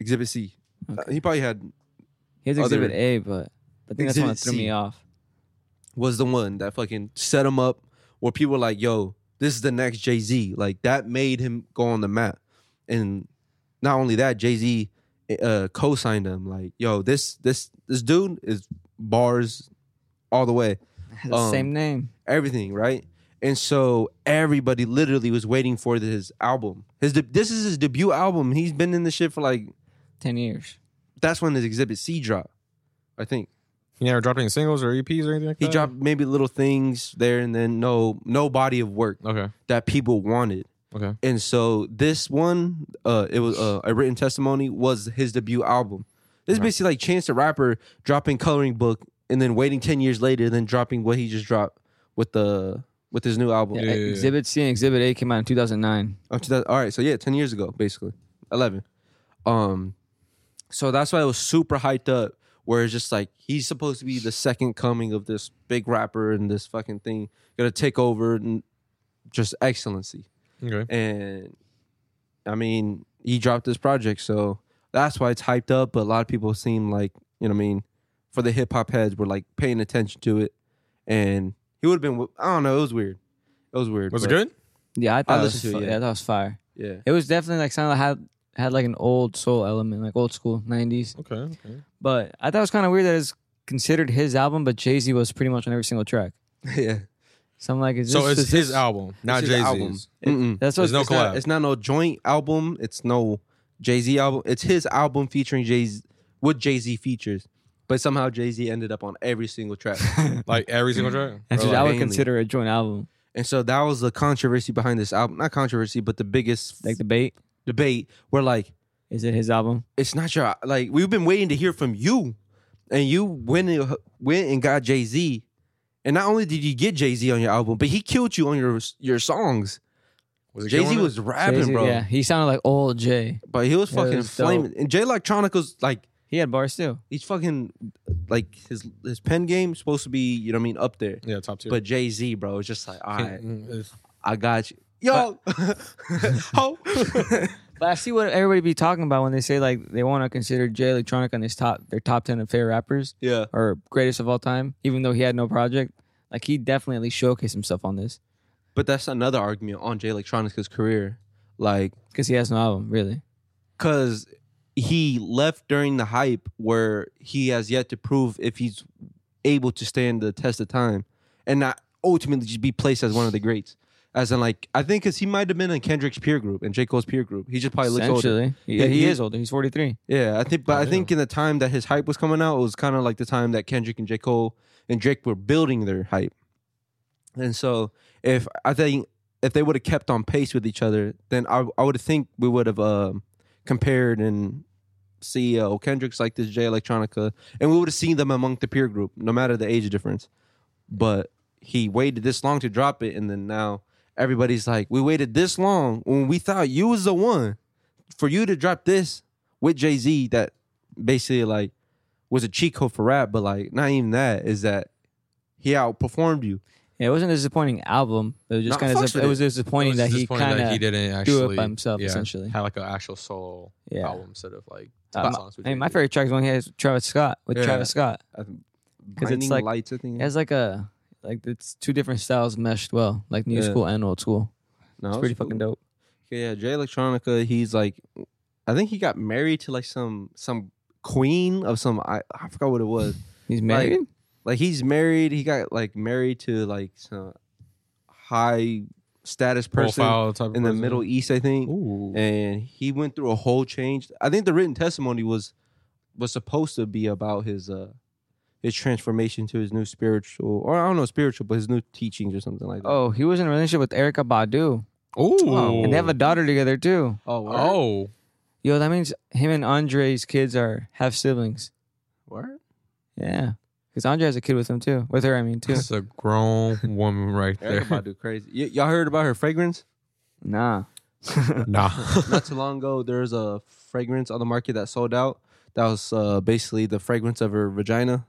A: Exhibit C. Uh,
B: Okay.
A: he probably had
B: He's
A: Other-
B: Exhibit A, but I think that's one that
A: Exhibit
B: threw
A: C.
B: me off.
A: was the one that fucking set him up where people were like, yo, this is the next Jay Z. Like that made him go on the map. And not only that, Jay Z uh, co signed him. Like, yo, this this this dude is bars all the way
B: Has the
A: Um,
B: same name.
A: everything, right? And so everybody literally was waiting for his album. His de- this is his debut album. He's been in the shit for like
B: Ten years.
A: that's when his Exhibit C dropped, I think.
C: he never dropped any singles or EPs or anything? Like
A: He
C: that?
A: dropped maybe little things there and then no no body of work
C: Okay,
A: that people wanted.
C: okay.
A: And so this one, uh, it was uh, a written testimony was his debut album. This is
C: Right.
A: basically like Chance the Rapper dropping Coloring Book and then waiting ten years later, then dropping what he just dropped with the with his new album.
B: Yeah,
C: Yeah, yeah, yeah.
B: Exhibit C and Exhibit A came out in 2009.
A: Up to that, all right. So yeah, ten years ago, basically eleven. Um, so that's why it was super hyped up. Where it's just like he's supposed to be the second coming of this big rapper and this fucking thing gonna take over and just excellency
C: Okay.
A: and I mean, he dropped this project, so that's why it's hyped up. But a lot of people seem like, you know, what I mean, for the hip hop heads, were like paying attention to it, and he would have been. I don't know. It was weird. It was weird.
C: Was it
A: but-
C: good?
B: Yeah, I thought it was
A: listened to it,
B: fi-
A: yeah.
B: yeah, that was fire.
A: Yeah.
B: It was definitely like sounded like had had like an old soul element, like old school '90s.
C: Okay, okay.
B: But I thought it was kind of weird that it's considered his album, but Jay Z was pretty much on every single track.
A: yeah.
B: So I'm like, is
C: So
B: this
C: it's
B: is
C: his
B: this-
C: album, not
A: his
C: Jay
A: album.
C: Z's.
A: Mm-mm.
B: That's what
C: There's no
B: it's
A: It's not-
C: collab.
A: It's not no joint album. It's no Jay Z album. It's his album featuring Jay Z with Jay Z features, but somehow Jay Z ended up on every single track.
C: Like every single track.
B: Mm-hmm. That's
C: Or
B: what
C: like-
B: I would
A: mainly.
B: consider a joint album,
A: And so that was the controversy behind this album. Not controversy, but the biggest
B: like debate.
A: debate where like
B: Is it his album?
A: it's not your like we've been waiting to hear from you and you went and, went and got jay-z and not only did you get jay-z on your album but he killed you on your your songs
C: was it good
A: jay-z
C: on it?
A: was rapping
B: Jay-Z-
A: bro
B: Yeah, he sounded like old Jay.
A: but he was
B: Yeah, it
A: fucking
B: was dope.
A: flaming and jay electronica's like
B: He had bars too.
A: he's fucking like his his pen game supposed to be you know what i mean up there
C: yeah top tier.
A: but jay-z bro is just like all right
C: Mm, it's-
A: i got you yo ho
B: But I see what everybody be talking about when they say like they want to consider Jay Electronic on this top their top ten of favorite rappers
A: yeah
B: or greatest of all time, even though he had no project. Like he definitely showcased himself on this
A: but that's another argument on jay electronica's career like
B: because he has no album really.
A: because he left during the hype where he has yet to prove if he's able to stand the test of time and not ultimately just be placed as one of the greats. As in, like, I think because he might have been in Kendrick's peer group and J. Cole's peer group. He just probably looks older.
B: Essentially, he,
A: Yeah,
B: he
A: he-
B: is older. He's forty three.
A: Yeah, I think, but I
C: Yeah.
A: think in the time that his hype was coming out, it was kind of like the time that Kendrick and J. Cole and Drake were building their hype. And so, if I think if they would have kept on pace with each other, then I I would think we would have um, compared and see uh, oh, Kendrick's like this J Electronica, and we would have seen them among the peer group, no matter the age difference. But he waited this long to drop it, and then now everybody's like, we waited this long when we thought you was the one for you to drop this with Jay Z that basically like was a cheat code for rap, but like not even that is that he outperformed you.
B: Yeah, it wasn't a disappointing album. It was just
A: Nah,
B: kind
A: fucks
B: of
A: with
B: it was disappointing
C: it
B: that
C: was
B: he
C: disappointing that
B: kind of
C: didn't actually
B: do it by himself
C: yeah,
B: essentially.
C: Had like an actual solo
B: Yeah.
C: album instead of like
B: Uh,
C: top
B: my-
C: songs. with
B: I mean, my
C: Jay-Z.
B: favorite track is one he has with Travis Scott with
A: Yeah.
B: Travis Scott.
A: Because
B: it's like-
A: lights, I think.
B: It has like a like it's two different styles meshed well, like new
A: Yeah.
B: school and old school.
A: no,
B: It's
A: it's
B: pretty
A: cool.
B: fucking dope.
A: Okay, yeah, Jay Electronica, he's like I think he got married to like some some queen of some I, I forgot what it was.
B: He's married.
A: Like he's married. He got like married to like some high status person
C: Profile type of
A: in the
C: person.
A: Middle East, I think.
C: Ooh.
A: And he went through a whole change. I think the written testimony was was supposed to be about his uh his transformation to his new spiritual or I don't know spiritual, but his new teachings or something like that.
B: oh, he was in a relationship with Erica Badu,
C: Ooh.
B: and they have a daughter together too.
A: oh, word?
C: oh.
B: Yo, that means him and Andre's kids are half siblings.
A: Word?
B: Yeah, because Andre has a kid with him too. With her, I mean too.
C: That's a grown woman right
A: Erica
C: there.
A: Badu crazy. Y- y'all heard about her fragrance?
B: nah.
C: nah.
A: Not too long ago, there was a fragrance on the market that sold out. That was uh, basically the fragrance of her vagina.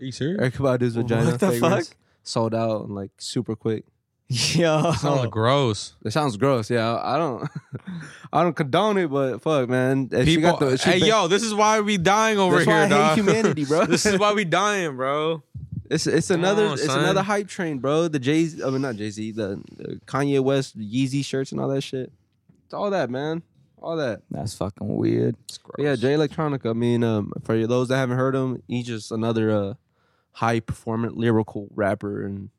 C: Are you serious?
A: Erica Badu's vagina
B: What the
A: fragrance sold out and like super quick.
B: Yo.
C: Sounds
A: Oh.
C: gross.
A: It sounds gross. Yeah, I I don't, I don't condone it, but fuck, man. If she
C: People,
A: got the- she
C: hey,
A: ba-
C: yo, this is why we dying over
A: That's why
C: here,
A: I hate
C: dog.
A: humanity, bro.
C: this is why we dying, bro.
A: it's it's another
C: on,
A: it's
C: son.
A: another hype train, bro. The Jay, I mean not Jay Z, the, the Kanye West Yeezy shirts and all that shit. It's all that, man. All that.
B: That's fucking weird.
A: But yeah, Jay Electronica. I mean, um, for those that haven't heard him, he's just another uh, high performant lyrical rapper and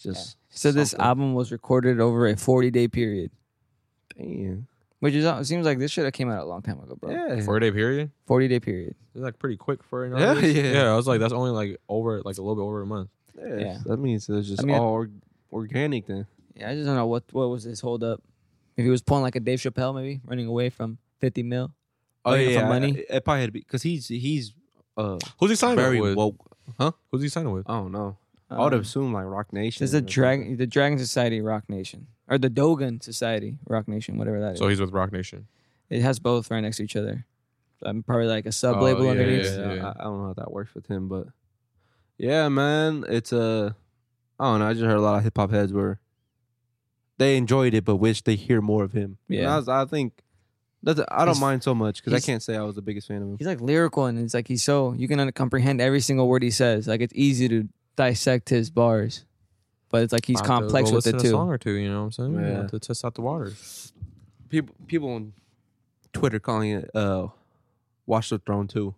A: just
B: So this
A: something.
B: album was recorded over a 40 day period,
A: Damn.
B: which is uh, it seems like this should have came out a long time ago, bro.
A: Yeah.
C: Four day period.
B: 40 day period.
C: It's like pretty quick for an
A: Yeah,
C: artist.
A: yeah.
C: I was like, that's only like over, like a little bit over a month.
A: yeah.
B: Yeah.
A: That means it's just
B: I mean-
A: all org- organic then.
B: Yeah, I just don't know what what was his hold up. If he was pulling like a Dave Chappelle, maybe running away from 50 mil. Oh, yeah, for money?
A: It, it probably had to be because he's he's uh
C: Who's he signing
A: very
C: with?
A: woke.
C: Who's he signing with?
A: I don't know. I would
B: Um,
A: assume like Rock Nation.
B: There's a
A: or something.
B: dragon, the Dragon Society, Rock Nation, or the Dogan Society, Rock Nation, whatever that is.
C: So he's with Rock Nation.
B: it has both right next to each other. So I'm probably like a sub label
C: Oh, yeah,
B: underneath.
C: yeah, yeah.
A: I, I don't know how that works with him, but yeah, man, it's uh, I don't know. I just heard a lot of hip hop heads where they enjoyed it, but wish they hear more of him. And
B: Yeah.
A: I, was- I think that's I don't
B: He's-
A: mind so much because I
B: he's-
A: can't say I was the biggest fan of him.
B: He's like lyrical, and it's like he's so you can comprehend every single word he says. Like it's easy to dissect his bars, but it's like he's
C: I'll have to
B: complex
C: go
B: with it
C: listen to A song
B: too.
C: or two, you know what I'm saying?
A: Yeah.
C: Have To test out the waters.
A: People, people on Twitter calling it uh, Watch the Throne too.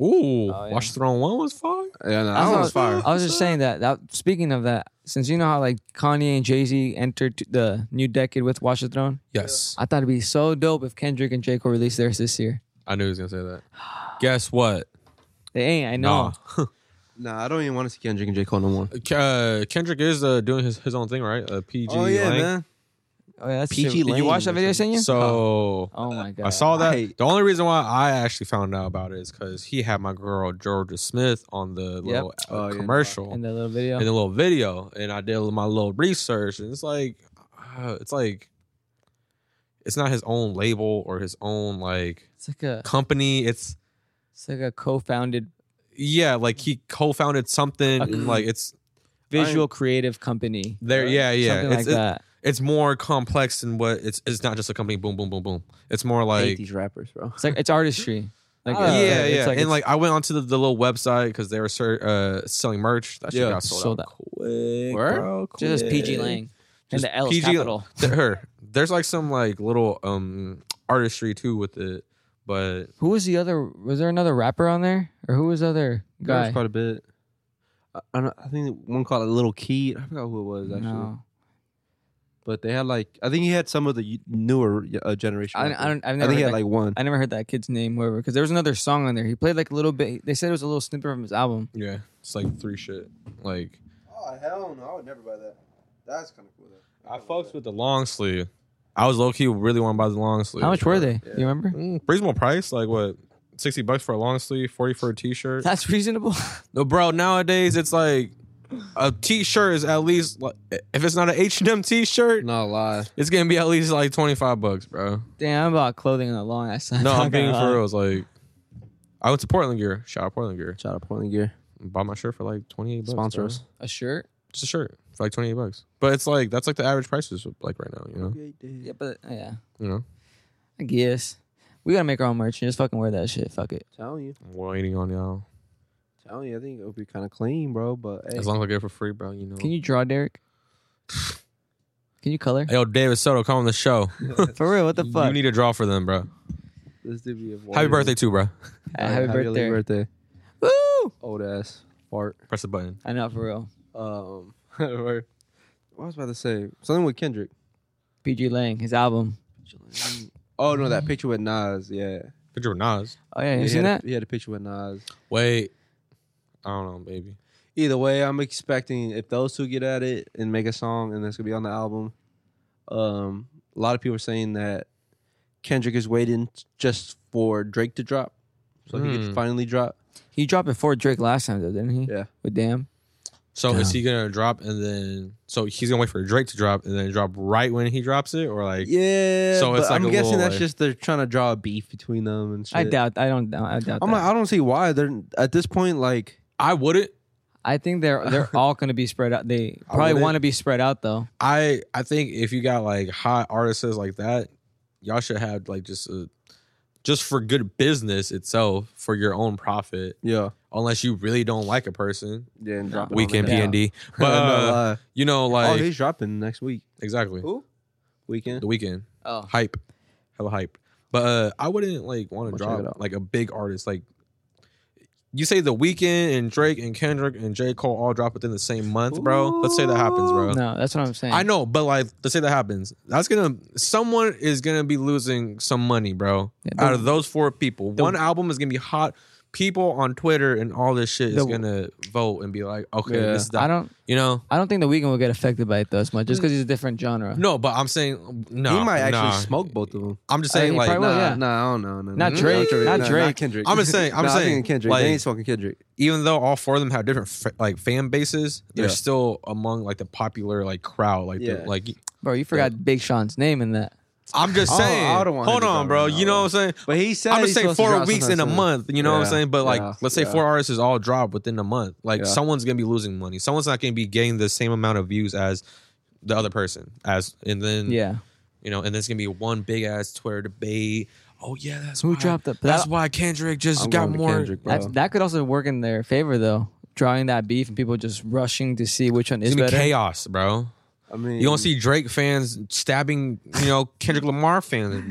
C: Ooh,
A: Oh,
B: yeah.
C: Watch the Throne One was fire.
A: Yeah, no,
B: I
A: that
B: was-
A: was fire.
B: I was just saying that, that. Speaking of that, since you know how like Kanye and Jay Z entered the new decade with Watch the Throne,
C: Yes.
B: I thought it'd be so dope if Kendrick and J Cole released theirs this year.
C: I knew he was going to say that. Guess what?
B: They ain't. I know.
A: Nah, I don't even want to see Kendrick and J Cole no more.
C: Nah. Uh, Kendrick is uh, doing his, his own thing, right? Uh, PG.
A: oh yeah,
C: Lang.
A: man.
B: Oh, yeah, that's
A: PG
B: true. Did you
A: Lane
B: watch that
A: or
B: video I sent you?
C: So
B: oh my god,
C: I saw that.
A: I-
C: the only reason why I actually found out about it is because he had my girl Georgia Smith on the little uh,
A: Oh, yeah.
C: commercial
B: in
C: and
B: the little video.
C: the little video, and I did my little research, and it's like, uh, it's like, it's not his own label or his own like
B: it's like a
C: company. It's
B: it's like a co-founded
C: yeah, like he co-founded something, and like it's
B: visual creative company.
C: there. Yeah, yeah.
B: something
C: it's,
B: like
C: it-
B: that.
C: it's more complex than what it's. It's not just a company. Boom, boom, boom, boom. It's more
A: I hate
C: like
A: these rappers, bro.
B: It's like it's artistry. Like
A: Uh,
B: it's-
C: yeah,
B: it's
C: yeah. and
B: it's-
C: like I went onto the, the little website because they were ser- uh, selling merch. That shit
A: Yeah.
C: got sold,
B: Sold
C: out
B: out.
C: quick,
A: Word?
C: bro.
B: just
C: quick.
B: PG Lang and
C: Just
B: the L
C: PG
B: capital.
C: Th- Her. There's like some like little um artistry too with it, but
B: Who was the other? Was there another rapper on there, or who was the other
A: There
B: guy?
A: was quite a bit. I, I, don't- I think one called it Little Key. I forgot who it was actually.
B: No,
A: But they had like I think he had some of the y- newer uh, generation.
B: I, I
A: rappers.
B: don't. I've
A: I
B: never.
A: think he
B: heard
A: had
B: that,
A: like one.
B: I never heard that kid's name, whoever, because there was another song on there. He played like a little bit. They said it was a little snippet from his album.
C: yeah, it's like three shit. Like
A: Oh hell no! I would never buy that. That's kind of cool.
C: I fucks with the long sleeve. I was low key really want to buy the long sleeve.
B: How much were they?
A: Yeah.
B: Do you remember?
C: Mm, reasonable price, like what, sixty bucks for a long sleeve, forty for a t-shirt.
B: That's reasonable.
C: No, bro. Nowadays, it's like a T-shirt is at least like if it's not an H and M T-shirt,
A: Not a lie.
C: it's gonna be at least like twenty five bucks, bro.
B: Damn, I bought clothing on a long ass time.
C: No, I'm being
B: gonna lie.
C: for real. It's like I went to Portland Gear. Shout out Portland Gear.
A: Shout out Portland Gear.
C: Bought my shirt for like twenty eight bucks.
A: Sponsor
C: bro.
A: us.
B: A shirt.
C: Just a shirt for like twenty eight bucks. But it's like that's like the average prices like right now. You know.
B: Yeah, but yeah,
C: You know.
B: I guess we gotta make our own merch and just fucking wear that shit. Fuck it.
A: Telling you,
C: I'm waiting on y'all.
A: telling you. I think it would be kind of clean, bro. But hey.
C: As long as I get it for free, bro. You know.
B: Can you draw, Derek? Can you color?
C: Yo, David Soto, come on the show.
B: For real, what the
C: you
B: fuck?
C: need a draw for them, bro.
A: This dude be a
C: Happy
A: warrior.
C: birthday too, bro.
A: Yeah,
B: happy, birthday.
A: early birthday.
B: Woo!
A: Old ass fart.
C: Press the button.
B: I know for real.
A: Um, or- what was I about to say? Something with Kendrick.
B: PG Lang, his album.
A: Oh no, that picture with Nas. Yeah,
C: Picture with Nas.
B: Oh yeah,
A: Yeah,
B: you
A: he
B: seen
A: had
B: that?
A: a- he had a picture with Nas.
C: Wait. I don't know, baby.
A: Either way, I'm expecting if those two get at it and make a song, and that's gonna be on the album. Um, a lot of people are saying that Kendrick is waiting just for Drake to drop, so he
C: Hmm.
A: could finally drop.
B: He dropped it for Drake last time though, didn't he?
A: Yeah.
B: With Damn.
C: So is he gonna drop and then so he's gonna wait for Drake to drop and then drop right when he drops it or like
A: Yeah,
C: So
A: so
C: it's like
A: I'm
C: a
A: guessing
C: little,
A: that's
C: like-
A: just they're trying to draw a beef between them and shit.
B: I doubt. I don't. doubt- I doubt.
A: I'm
B: that.
A: like, I don't see why they're at this point. Like,
C: I wouldn't
B: I think they're they're all going to be spread out. They
C: I
B: probably
C: wouldn't-
B: want to be spread out though.
C: I I think if you got like hot artists like that, y'all should have like just a just for good business itself for your own profit.
A: yeah,
C: Unless you really don't like a person,
A: yeah, and drop it on
C: weekend
A: the-
B: Yeah.
C: PND.
A: No
C: But uh,
A: lie.
C: you know,
A: oh,
C: like
A: he's dropping next week.
C: exactly
A: Who? Weekend.
C: the weekend
B: Oh,
C: hype, hella hype. But uh, I wouldn't like want to
A: I'll check it
C: drop
A: out.
C: like a big artist like. You say the weekend and Drake and Kendrick and J Cole all drop within the same month, bro. Let's say that happens, bro.
B: no, that's what I'm saying.
C: I know, but like, let's say that happens. That's gonna someone is gonna be losing some money, bro.
B: Yeah,
C: out
B: the-
C: of those four people,
B: the-
C: one album is gonna be hot. People on Twitter and all this shit is
B: The-
C: gonna vote and be like, okay,
A: Yeah.
C: this is the,
B: I don't.
C: you know.
B: I don't think the weekend will get affected by it though as much, just because he's a different genre.
C: No, but I'm saying no.
A: he might actually
C: nah.
A: smoke both of them.
C: I'm just
B: I
C: saying,
B: mean,
C: like,
B: probably- Well,
A: nah,
B: yeah.
A: nah, I don't know. No,
B: Not
A: no,
B: Drake, not
A: nah,
B: Drake.
A: Kendrick.
C: I'm just saying- I'm
A: Nah,
C: saying,
A: thinking Kendrick.
C: like-
A: they ain't smoking Kendrick.
C: even though all four of them have different fa- like fan bases, they're
A: Yeah.
C: still among like the popular like crowd. Like, the,
A: Yeah.
C: like
B: Bro, you forgot Big Sean's name in that.
C: I'm just
A: I don't-
C: saying.
A: I don't want him
C: hold
A: to
C: on,
A: drop
C: bro.
A: right now,
C: you know
A: bro.
C: what I'm saying?
A: But he said
C: I'm just
A: he's
C: saying
A: supposed to
C: four
A: drop
C: weeks in a
A: sometime soon.
C: month. You know what I'm
A: Yeah,
C: saying? But like,
A: yeah,
C: let's say
A: yeah.
C: four artists is all drop within a month. Like,
A: Yeah.
C: someone's gonna be losing money. Someone's not gonna be getting the same amount of views as the other person. As and then
B: Yeah.
C: you know, and there's gonna be one big ass Twitter debate. Oh yeah, that's
B: Who
C: why,
B: dropped the-
C: That's
B: that-
C: why Kendrick just
A: I'm
C: got
A: going to
C: more.
A: Kendrick, bro.
B: That, that could also work in their favor though, drawing that beef and people just rushing to see which one
C: it's
B: is
C: gonna be
B: better.
C: chaos, bro.
A: I mean,
C: You gonna see Drake fans stabbing, you know, Kendrick Lamar fans,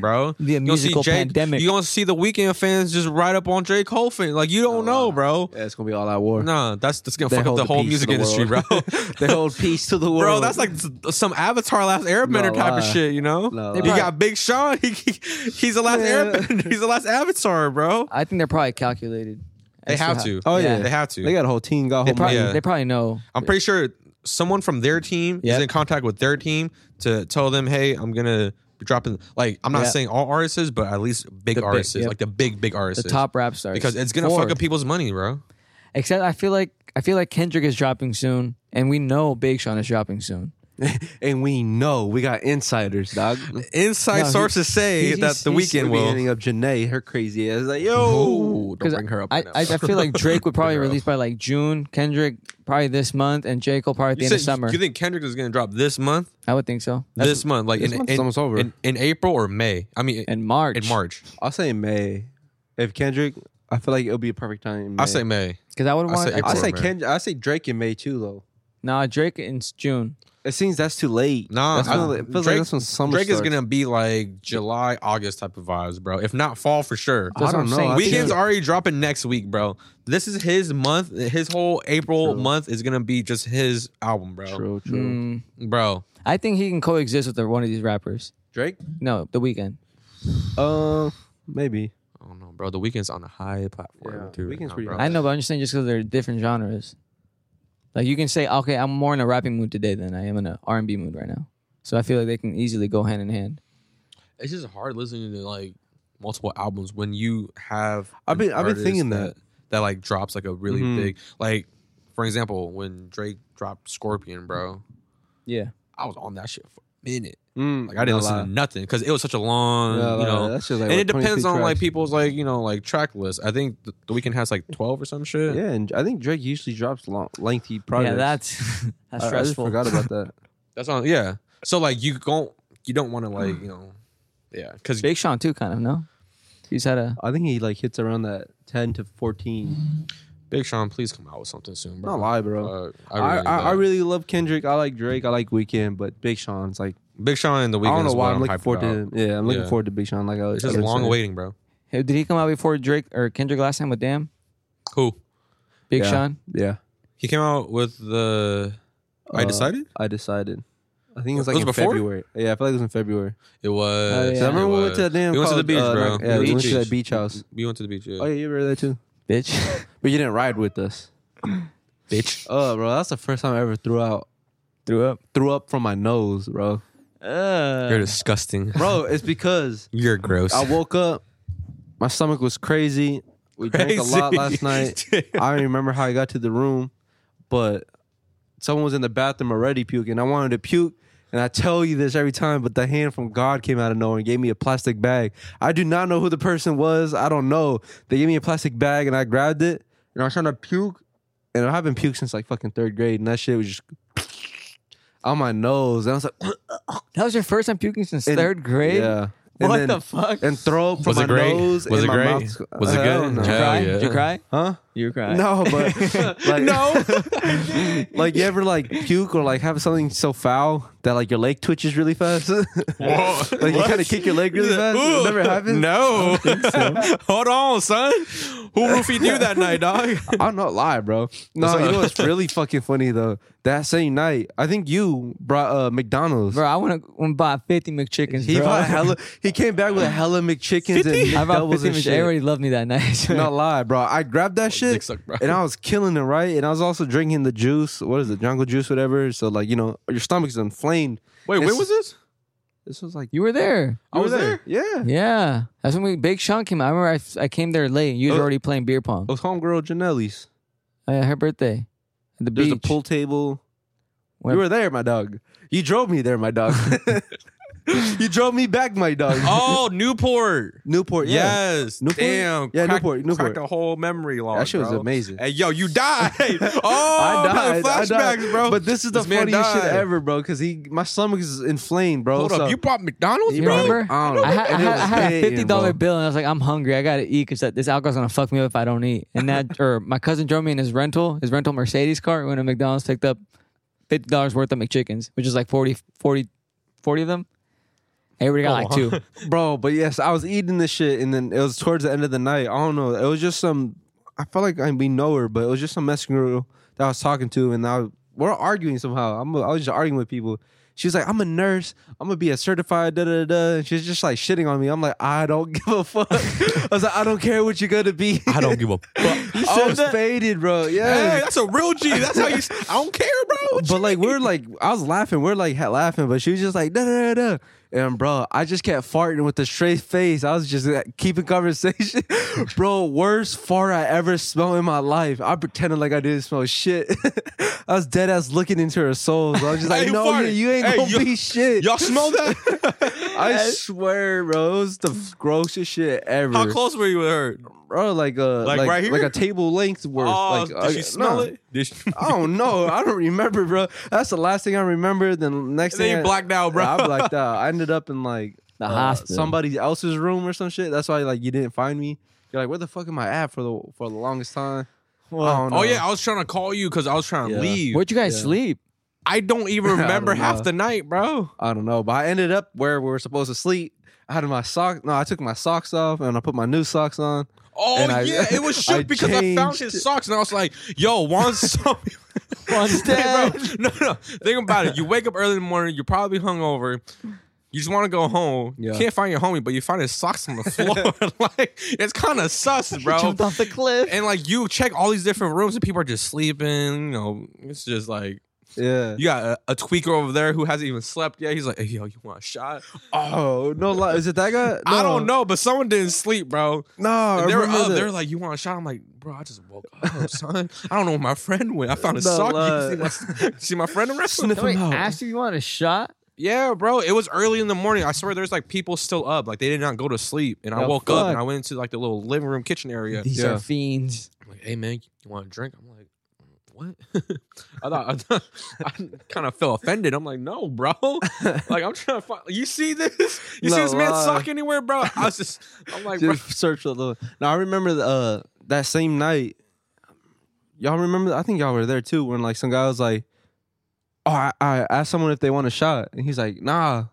C: bro.
B: The
C: you gonna
B: musical
C: see Jay-
B: pandemic.
C: You gonna see the weekend fans just right up on Drake Cole fans. Like you don't know, bro.
A: Yeah, it's gonna be all out war.
C: No, that's that's gonna
A: Oh, They
C: fuck up
A: hold
C: the
A: the
C: whole
A: peace
C: music
A: of the
C: industry, bro.
A: world. they hold peace to the world,
C: bro, that's like s- some Avatar Last Airbender
A: No
C: type of
A: lie.
C: shit, you know?
A: No
C: you
A: lie.
C: got Big Sean. He, he- he's the last
A: Yeah.
C: Airbender. He's the last Avatar, bro.
B: I think they're probably calculated.
C: They
B: as
C: have
B: how-
C: to.
A: Oh, yeah.
C: they have to.
A: they got a whole team, got a whole
B: Probably,
A: money.
C: Yeah.
B: They probably know.
C: I'm pretty sure someone from their team
B: Yep.
C: is in contact with their team to tell them, "Hey, I'm gonna be dropping." Like, I'm not
B: Yep.
C: saying all artists, but at least big
B: The big-
C: artists,
B: yep.
C: like the big, big
B: the
C: artists,
B: top rap stars
C: because it's gonna
B: Four.
C: fuck up people's money, bro.
B: Except I feel like I feel like Kendrick is dropping soon, and we know Big Sean is dropping soon.
A: and we know we got insiders, dog.
C: Inside
B: No, he-
C: sources say
B: he's-
C: that
B: he's-
C: the
B: he's
C: weekend
A: We'll be
C: will.
A: hitting up Janae, her crazy ass, like yo.
C: Ooh, don't bring her up.
B: I,
C: right now.
B: I, I feel like Drake would probably
C: Bring her up.
B: release by like June. Kendrick probably this month, and J Cole probably at the
C: You
B: end of
C: said-
B: summer.
C: You think Kendrick is gonna drop this month?
B: I would think so.
C: this month, like
A: this
C: in,
A: month's
C: in-
A: almost over.
C: in, in April or May. I mean, in,
B: and March.
C: in March.
A: I'll say May. If Kendrick, I feel like it'll be a perfect time. in
C: I
A: May.
C: say May.
B: because I would
C: I
B: want.
C: say
A: I
C: April.
B: I,
A: say
C: May.
A: Kendrick. I say Drake in May too, though.
B: nah, Drake in s- June.
A: It seems that's too late.
C: Nah,
A: that's
C: I-
A: when- it feels
C: Drake-
A: like that's when summer
C: Drake is
A: starts.
C: gonna be like July, August type of vibes, bro. If not fall for sure.
A: I
B: That's what
A: don't
B: I'm
A: know.
B: saying.
A: I think-
C: Weekend's already dropping next week, bro. This is his month. His whole April month is gonna be just his album, bro.
A: True, Oh, true.
B: Mm,
C: Bro,
B: I think he can coexist with the, one of these rappers.
A: Drake?
B: No, The Weeknd.
A: Uh, maybe.
C: I don't know, bro. The weekend's on a high platform
A: Yeah,
C: too. right
A: Weeknd's
C: now,
A: pretty
C: bro.
A: high.
B: I know, but I'm just saying just because they're different genres. Like you can say, okay, I'm more in a rapping mood today than I am in an R&B mood right now. So I feel like they can easily go hand in hand.
C: It's just hard listening to like multiple albums when you have.
A: I've
C: an
A: been- I've been
C: artist
A: thinking
C: that
A: that.
C: that, like drops like a really
A: Mhm.
C: big like. For example, when Drake dropped Scorpion, bro,
B: Yeah.
C: I was on that shit for a minute.
A: Mm,
C: Like I didn't
A: not
C: listen
A: lie.
C: to nothing because it was such a long,
A: Not
C: you
A: lie.
C: know.
A: That's just like,
C: and
A: what,
C: it depends
A: 22
C: on like
A: tracks?
C: people's like you know like track list. I think the, the weekend has like twelve or some shit.
A: Yeah, and I think Drake usually drops long, lengthy projects.
B: Yeah, that's that's
A: I, I just
B: stressful.
A: forgot about that.
C: That's on. Yeah. So like you don't you don't want to like you know, yeah. Because
B: Big Sean too, kind of no. He's had a
A: I think he like hits around that ten to fourteen.
C: Big Sean, please come out with something soon, bro.
A: Not lie, bro.
C: Uh,
A: I,
C: I
A: I,
C: really,
A: I, really love Kendrick. I like Drake. I like Weekend, but Big Sean's like
C: Big Sean and the
A: I
C: weekend.
A: don't know
C: is
A: why
C: what
A: I'm looking
C: hyped
A: forward
C: about.
A: to. Yeah, I'm looking
C: Yeah.
A: forward to Big Sean. Like I was
C: It's just
A: I've been
C: long
A: saying.
C: waiting, bro.
B: Hey, Did he come out before Drake or Kendrick last time with Damn?
C: Who?
B: Big
A: Yeah.
B: Sean?
A: Yeah.
C: He came out with the. I
A: Uh,
C: decided
A: I decided. I think it was
C: It
A: like
C: was
A: in
C: before?
A: February. Yeah, I feel like it was in February.
C: it was.
B: Oh, yeah.
A: So I remember
C: it
A: we went to
C: was.
A: that damn.
C: We went to the
A: college-
C: beach,
A: uh,
C: bro.
A: not- Yeah, we went
B: Beach.
A: to that beach house.
C: We went to the beach. Yeah.
A: Oh yeah, you were there too.
B: Bitch.
A: But you didn't ride with us.
C: bitch.
A: Oh, bro, that's the first time I ever threw out,
B: Threw up.
A: threw up from my nose, bro.
C: You're
B: Uh,
C: disgusting.
A: Bro, it's because
C: You're gross.
A: I woke up, my stomach was crazy. We drank a lot last night. I don't remember how I got to the room, but someone was in the bathroom already puking. I wanted to puke, and I tell you this every time, but the hand from God came out of nowhere and gave me a plastic bag. I do not know who the person was. I don't know. They gave me a plastic bag, and I grabbed it, and I was trying to puke, and I haven't puked since like fucking third grade, and that shit was just on my nose. And I was like,
B: that was your first time puking since
A: And-
B: third grade?
A: yeah. And
B: What
A: then-
B: the fuck?
A: And throw up from
C: Was
A: my
C: it great?
A: nose. and
C: Was it
A: my
C: great?
A: mouth.
C: Was it
A: Hell
C: good?
A: no.
B: Did you cry?
C: Hell yeah.
B: Did you cry?
A: Huh?
B: You cried.
A: No, but like,
B: No.
A: like you ever like puke or like have something so foul that like your leg twitches really fast? like you kind of kick your leg really fast. It never happened.
C: No. Oh. Hold on, son. Who roofied you that night, dog?
A: I'm not lie, bro. No,
C: What's
A: you
C: up?
A: know what's really fucking funny though? That same night, I think you brought uh, McDonald's.
B: Bro, I want to buy 50 McChickens,
A: he
B: bro.
A: bought hella. He came back with a hella McChickens and
B: I bought
A: McDoubles
B: 50
A: and
B: McChickens.
A: shit.
B: Everybody loved me that night.
A: Not lie, bro. I grabbed that shit
C: dick suck, bro.
A: and I was killing it, right? And I was also drinking the juice. What is it? Jungle juice, whatever. So like you know, your stomach's inflamed.
C: Wait,
A: This-
C: when was this?
A: This was like
B: you were there.
C: I was there.
A: Yeah.
B: Yeah. That's when we Big Sean came out. I remember I, f- I came there late. You was
A: Oh.
B: already playing beer pong.
A: It was homegirl Janelle's.
B: Oh, yeah, her birthday. At the
A: There's
B: beach.
A: a pool table.
B: Where-
A: You were there, my dog. You drove me there, my dog. you drove me back, my dog.
C: Oh, Newport.
A: Newport, yeah.
C: Yes.
A: Newport?
C: Damn.
A: Yeah,
C: crack-
A: Newport, Newport.
C: Cracked a whole memory log.
A: That shit was
C: bro.
A: amazing.
C: Hey, yo, you died. oh, man, flashbacks, bro.
A: But this is the
C: This man
A: funniest shit
C: died.
A: ever, bro. Because he, my stomach is inflamed, bro.
C: Hold
A: so,
C: up, you bought McDonald's,
B: You
C: bro.
B: remember?
A: I don't
B: I had,
A: know.
B: I
A: And it
B: had,
A: was
B: I had a
A: big,
B: fifty dollar
A: bro.
B: bill and I was like, I'm hungry. I gotta eat because this alcohol's gonna fuck me up if I don't eat. And that or my cousin drove me in his rental, his rental Mercedes car. We went to McDonald's, picked up fifty dollars worth of McChickens, which is like 40, 40, 40 of them. Everybody got
A: Oh,
B: like two.
A: bro. But yes, I was eating this shit, and then it was towards the end of the night. I don't know. It was just some. I felt like I, we know her, but it was just some Mexican girl that I was talking to, and I we're arguing somehow. I'm I was just arguing with people. She's like, I'm a nurse. I'm gonna be a certified da da da. And she's just like shitting on me. I'm like, I don't give a fuck. I was like, I don't care what you're gonna be.
C: I don't give a fuck.
A: You
C: Oh,
A: so faded, bro. Yeah.
C: Hey, that's a real G. That's how you. s- I don't care, bro. What
A: But
C: you
A: like
C: mean?
A: we're like I was laughing, we're like ha- laughing, but she was just like da da da. da. And bro, I just kept farting with a straight face. I was just uh, keeping conversation, bro. Worst fart I ever smelled in my life. I pretended like I didn't smell shit. I was dead ass looking into her soul. So I was just
C: I
A: like,
C: ain't
A: no, you,
C: farting.
A: you ain't
C: Hey,
A: gonna
C: y'all-
A: be shit.
C: y'all smell that?
A: I swear, bro, it was the grossest shit ever,
C: How close were you with her?
A: bro. Like uh, like,
C: Like,
A: like,
C: right here?
A: a table length worth.
C: Oh,
A: like,
C: did
A: uh,
C: she smell
A: no.
C: it? Did she,
A: I don't know. I don't remember, bro. That's the last thing I remember. Then next
C: then
A: thing
C: you
A: I-
C: blacked out, bro.
A: I blacked out. I ended up in like uh,
B: The hospital.
A: somebody else's room or some shit. That's why like you didn't find me. You're like, where the fuck am I at for the for the longest time? I don't know.
C: Oh yeah, I was trying to call you because I was trying to
A: Yeah.
C: leave.
B: Where'd you guys
A: Yeah.
B: sleep?
C: I don't
A: I
C: even
A: don't
C: remember
A: know.
C: half the night, bro.
A: I don't know. But I ended up where we were supposed to sleep. I had my sock. No, I took my socks off and I put my new socks on.
C: Oh
A: And I-
C: yeah, it was
A: I
C: shook because I found
A: changed.
C: his socks and I was like, "Yo, one sock."
B: One's
C: Hey,
B: dead.
C: bro, no, no. Think about it. You wake up early in the morning. You're probably hungover. You just want to go home.
A: Yeah.
C: You can't find your homie, but you find his socks on the floor. like it's kind of sus, bro.
B: Jumped off the cliff.
C: And like you check all these different rooms and people are just sleeping. You know, it's just like
A: Yeah.
C: you got a, a tweaker over there who hasn't even slept yet. He's like, "Hey, yo, you want a shot?"
A: Oh no! li- Is it that guy? No.
C: I don't know, but someone didn't sleep, bro.
A: No, I
C: And they were
A: remember
C: up.
A: that.
C: They were like, "You want a shot?" I'm like, "Bro, I just woke up, son. I don't know where my friend went. I found his
A: No,
C: sock.
A: lie.
C: You see my, see my friend around?
A: Sniff
B: Somebody
A: him out.
B: asked you if you want a shot?
C: Yeah, bro. It was early in the morning. I swear there's like people still up. Like they did not go to sleep. And I
A: Oh,
C: woke up
A: fuck.
C: and I went into like the little living room kitchen area.
B: These
A: Yeah.
B: are fiends.
C: I'm like, hey man, you want a drink? I'm like, what? I thought I, thought- I kind of felt offended. I'm like, no, bro. Like I'm trying to find you see this? You see
A: No
C: this man's
A: lie.
C: sock anywhere, bro? I was just I'm like, bro.
A: just search for the. Now I remember uh, that same night. Y'all remember? I think y'all were there too. When like some guy was like, "Oh, I, I asked someone if they want a shot," and he's like, "Nah."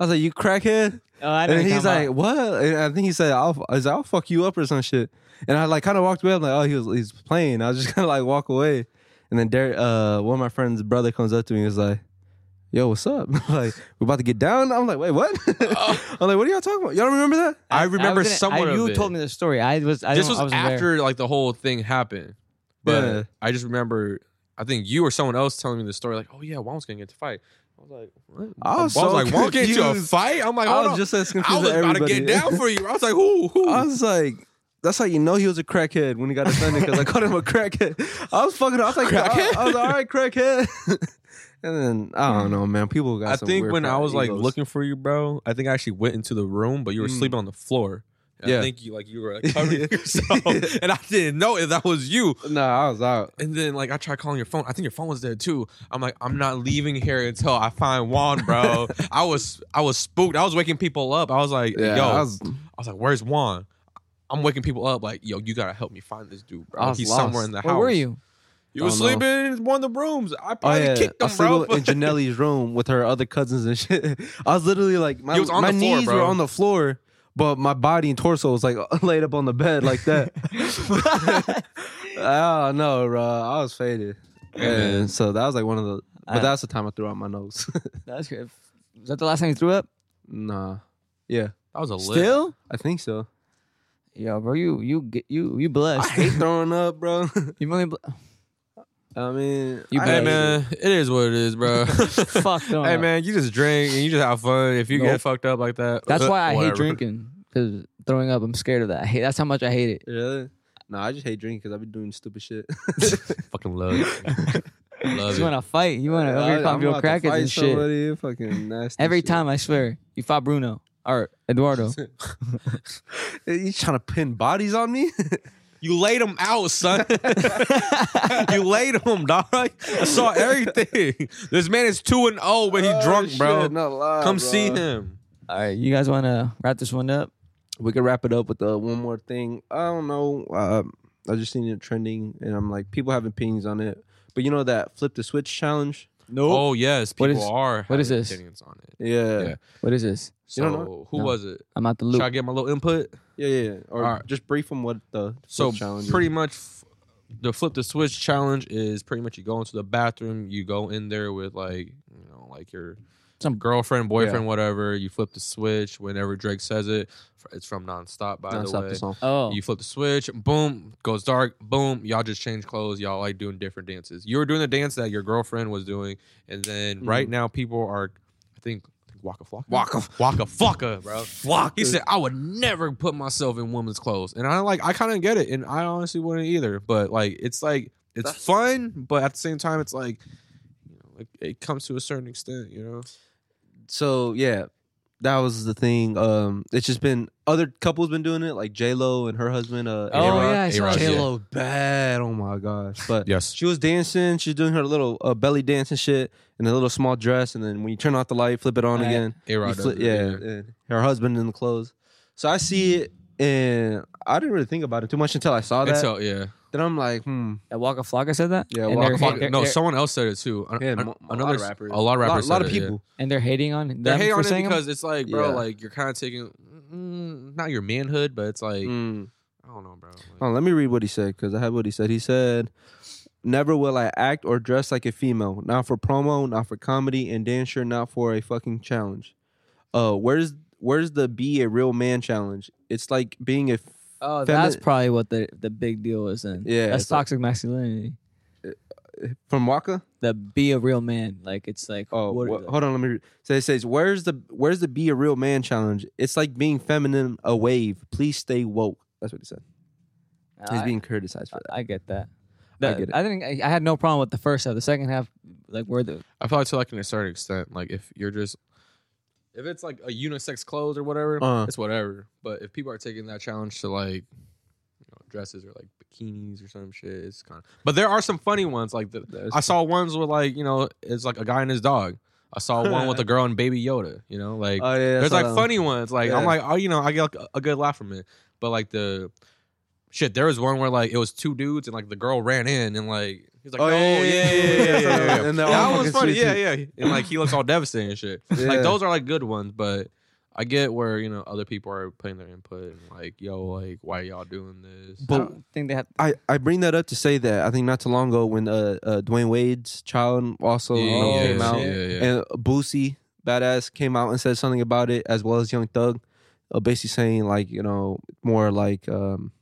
A: I was like, "You crackhead."
B: Oh, I know
A: And
B: what you're
A: he's
B: talking
A: like,
B: about.
A: "What?" And I think he said, "I'll, I was like, I'll fuck you up or some shit." And I like kind of walked away. I'm like, "Oh, he was he's playing." I was just gonna like walk away. And then Derek, uh, one of my friend's brother comes up to me and is like, "Yo, what's up?" like, we're about to get down. I'm like, "Wait, what?"
B: Oh.
A: I'm like, "What are y'all talking about? Y'all remember that?"
C: I remember
B: wasn't- I-
C: someone.
B: You told me the story. I was. I
C: this
B: don't-
C: was
B: I wasn't there.
C: after like the whole thing happened, but
A: Yeah.
C: I just remember. I think you or someone else telling me the story. Like, oh yeah, Juan was gonna get to fight. I was like, what?
A: I was
C: Juan
A: so
C: was like, Juan get into a
A: confused.
C: fight. I'm like,
A: I
C: hold
A: was
C: on.
A: just as confused
C: I was
A: as
C: about to
A: everybody.
C: get down for you. I was like, who? Who?
A: I was like, that's how you know he was a crackhead when he got offended because I called him a crackhead. I was fucking. I was like, I, I was like, all right, crackhead. and then I don't know, man. People got.
C: I
A: some
C: think
A: weird
C: when I
A: fucking
C: was like
A: egos.
C: looking for you, bro, I think I actually went into the room, but you were
A: Mm.
C: sleeping on the floor. And
A: Yeah.
C: I think you like you were like covering yourself, and I didn't know if that was you.
A: No, I was out.
C: And then like I tried calling your phone. I think your phone was there too. I'm like, I'm not leaving here until I find Juan, bro. I was I was spooked. I was waking people up. I was like,
A: Yeah,
C: yo,
A: I was.
C: I was like, where's Juan? I'm waking people up. Like, yo, you gotta help me find this dude, bro.
A: I was
C: He's
A: lost.
C: somewhere in the
B: Where
C: house.
B: were you?
C: You were
A: Don't know.
C: sleeping in one of the rooms. I
A: Oh
C: probably
A: yeah,
C: kicked
A: I
C: him,
A: was
C: bro.
A: sleeping in Janelle's room with her other cousins and shit. I was literally like, my,
C: You was on
A: my
C: the floor,
A: knees
C: bro.
A: were on the floor, but my body and torso was like laid up on the bed like that. oh no, bro, I was faded.
C: Hey, man.
A: And so that was like one of the. But
B: I-
A: that's the time I threw out my nose.
B: That's good. Is that the last time you threw up?
A: Nah. Yeah,
C: That was a lit.
B: Still?
A: I think so.
B: Yo, bro, you you get- you you
A: I
B: blessed.
A: hate throwing up, bro.
B: you really ble-
A: I mean,
B: You
A: I
C: Hey
A: hate
B: better.
A: it.
C: man, it is what it is, bro.
B: fuck. throwing
C: hey
B: up.
C: man, you just drink and you just have fun. If you
B: Nope.
C: get fucked up like that, uh,
B: That's why I
C: whatever.
B: hate drinking because throwing up. I'm scared of that. I hate. That's how much I hate it.
A: Really? No, I just hate drinking because I be doing stupid shit.
C: Fucking love it. love
B: You want
C: it.
B: to fight? You want to
A: I- I'm
B: overcome your
A: about to
B: crackheads
A: fight
B: and shit.
A: somebody, Fucking nasty
B: Every
A: shit.
B: time, I swear, you fought Bruno or Eduardo.
A: You trying to pin bodies on me?
C: You laid them out, son. you laid them, dog. I saw everything. This man is two and zero when he's
A: Oh,
C: drunk, bro.
A: shit, not live,
C: Come
A: bro.
C: see him.
B: All right, you guys want to wrap this one up?
A: We can wrap it up with uh, one more thing. I don't know. Uh, I just seen it trending, and I'm like, people have opinions on it. But you know that flip the switch challenge?
B: No.
C: Oh yes,
B: What
C: people
B: is-
C: are.
B: what is
C: having
B: this?
C: opinions on it?
A: Yeah, yeah,
C: Yeah.
B: What is this?
A: You
C: So
A: don't know?
C: who
B: No.
C: was it?
B: I'm out the
C: Should I
B: loop.
C: get my little input?
A: yeah. yeah. Or
C: Alright.
A: just brief them what the
C: So
A: switch challenge. is.
C: pretty much, f- the flip the switch challenge is pretty much you go into the bathroom, you go in there with like you know like your
B: Some-
C: girlfriend, boyfriend, whatever. You flip the switch whenever Drake says it. F- It's from nonstop, by
A: Nah,
C: the
A: stop
C: way.
A: the song.
B: Oh,
C: You flip the switch, boom, goes dark, boom. Y'all just change clothes. Y'all like doing different dances. You were doing the dance that your girlfriend was doing, and then right now people are, I think, Mm-hmm. Waka Flocka. Waka Waka Flocka, bro. Flocka. He said, I would never put myself in women's clothes. And I like, I kind of get it. And I honestly wouldn't either. But like, it's like, it's
A: That's-
C: fun, but at the same time, it's like, you know, like it comes to a certain extent, you know?
A: so yeah that was the thing um it's just been other couples been doing it like j-lo and her husband uh
B: oh
A: A-Rod.
B: yeah, I saw
C: A-Rod,
B: it.
C: yeah.
A: j-lo bad oh my gosh but
C: Yes.
A: she was dancing she's doing her little uh, belly dance and shit in a little small dress and then when you turn off the light flip it on
B: Right.
A: again
C: A
A: You
C: Rod.
A: fli- yeah, and her husband in the clothes so i see it and i didn't really think about it too much until i saw that
C: Until, yeah.
A: then i'm like hmm
B: That Waka Flocka said that.
A: Yeah,
B: and
A: Waka
B: they're,
A: Flocka-
B: they're-
C: no,
B: they're-
C: someone else said it too. An-
A: Yeah,
C: an-
A: mo- a lot
C: another
A: of
C: s-
A: rappers.
C: A lot
A: a
C: of
A: lot,
C: rappers.
A: lot
C: said
A: of
C: it, yeah.
A: people
B: and they're hating on.
C: They're
B: them
C: hating
B: for
C: on it
B: saying 'em?
C: because it's like, bro,
A: Yeah.
C: like you're kind of taking mm, not your manhood, but it's like
A: Mm.
C: I don't know, bro. Like,
A: Hold on, let me read what he said because I have what he said. He said, "Never will I act or dress like a female. Not for promo, not for comedy, and damn sure not for a fucking challenge. Uh, where's where's the be a real man challenge? It's like being a f-
B: Oh,
A: Femi-
B: that's probably what the the big deal is then.
A: Yeah,
B: that's
A: it's like-
B: toxic masculinity.
A: from Waka.
B: The be a real man. Like it's like
A: Oh,
B: what-
A: wha- hold on, let me. Read. So it says, "Where's the where's the be a real man challenge? It's like being feminine a wave. Please stay woke." That's what he said. He's
B: I-
A: being criticized for that.
B: I get that. That-
A: get it.
B: I think I, I had no problem with the first half. The second half, like where the
C: I feel like to like in a certain extent, like if you're just Uh-huh. if it's like a unisex clothes or whatever,
A: Uh.
C: it's whatever. But if people are taking that challenge to like you know, dresses or like bikinis or some shit, it's kind of. But there are some funny ones. Like the,
A: There's-
C: I saw ones with like you know it's like a guy and his dog. I saw one with a girl and Baby Yoda. You know, like
A: Oh, yeah, I
C: there's
A: saw
C: like
A: that one.
C: funny ones. Like I'm
A: Yeah.
C: like, oh, you know, I get like, a good laugh from it. But like the shit, there was one where like it was two dudes and like the girl ran in and like he's like,
A: Oh,
C: oh,
A: yeah,
C: yeah,
A: yeah,
C: yeah, yeah,
A: yeah, yeah,
C: yeah,
A: yeah.
C: yeah.
A: And they're all
C: that was
A: fucking
C: funny.
A: sweet
C: Yeah, yeah. And like he looks all devastated and shit.
A: Yeah.
C: Like those are like good ones, but I get where you know other people are putting their input and like, yo, like why y'all doing this?
A: But-
B: I don't think they have.
A: I, I bring that up to say that I think not too long ago when uh, uh Dwayne Wade's child also
C: Yeah,
A: um,
C: yeah,
A: came
C: yeah,
A: out
C: yeah, yeah.
A: and Boosie badass came out and said something about it as well as Young Thug, uh, basically saying like you know more like um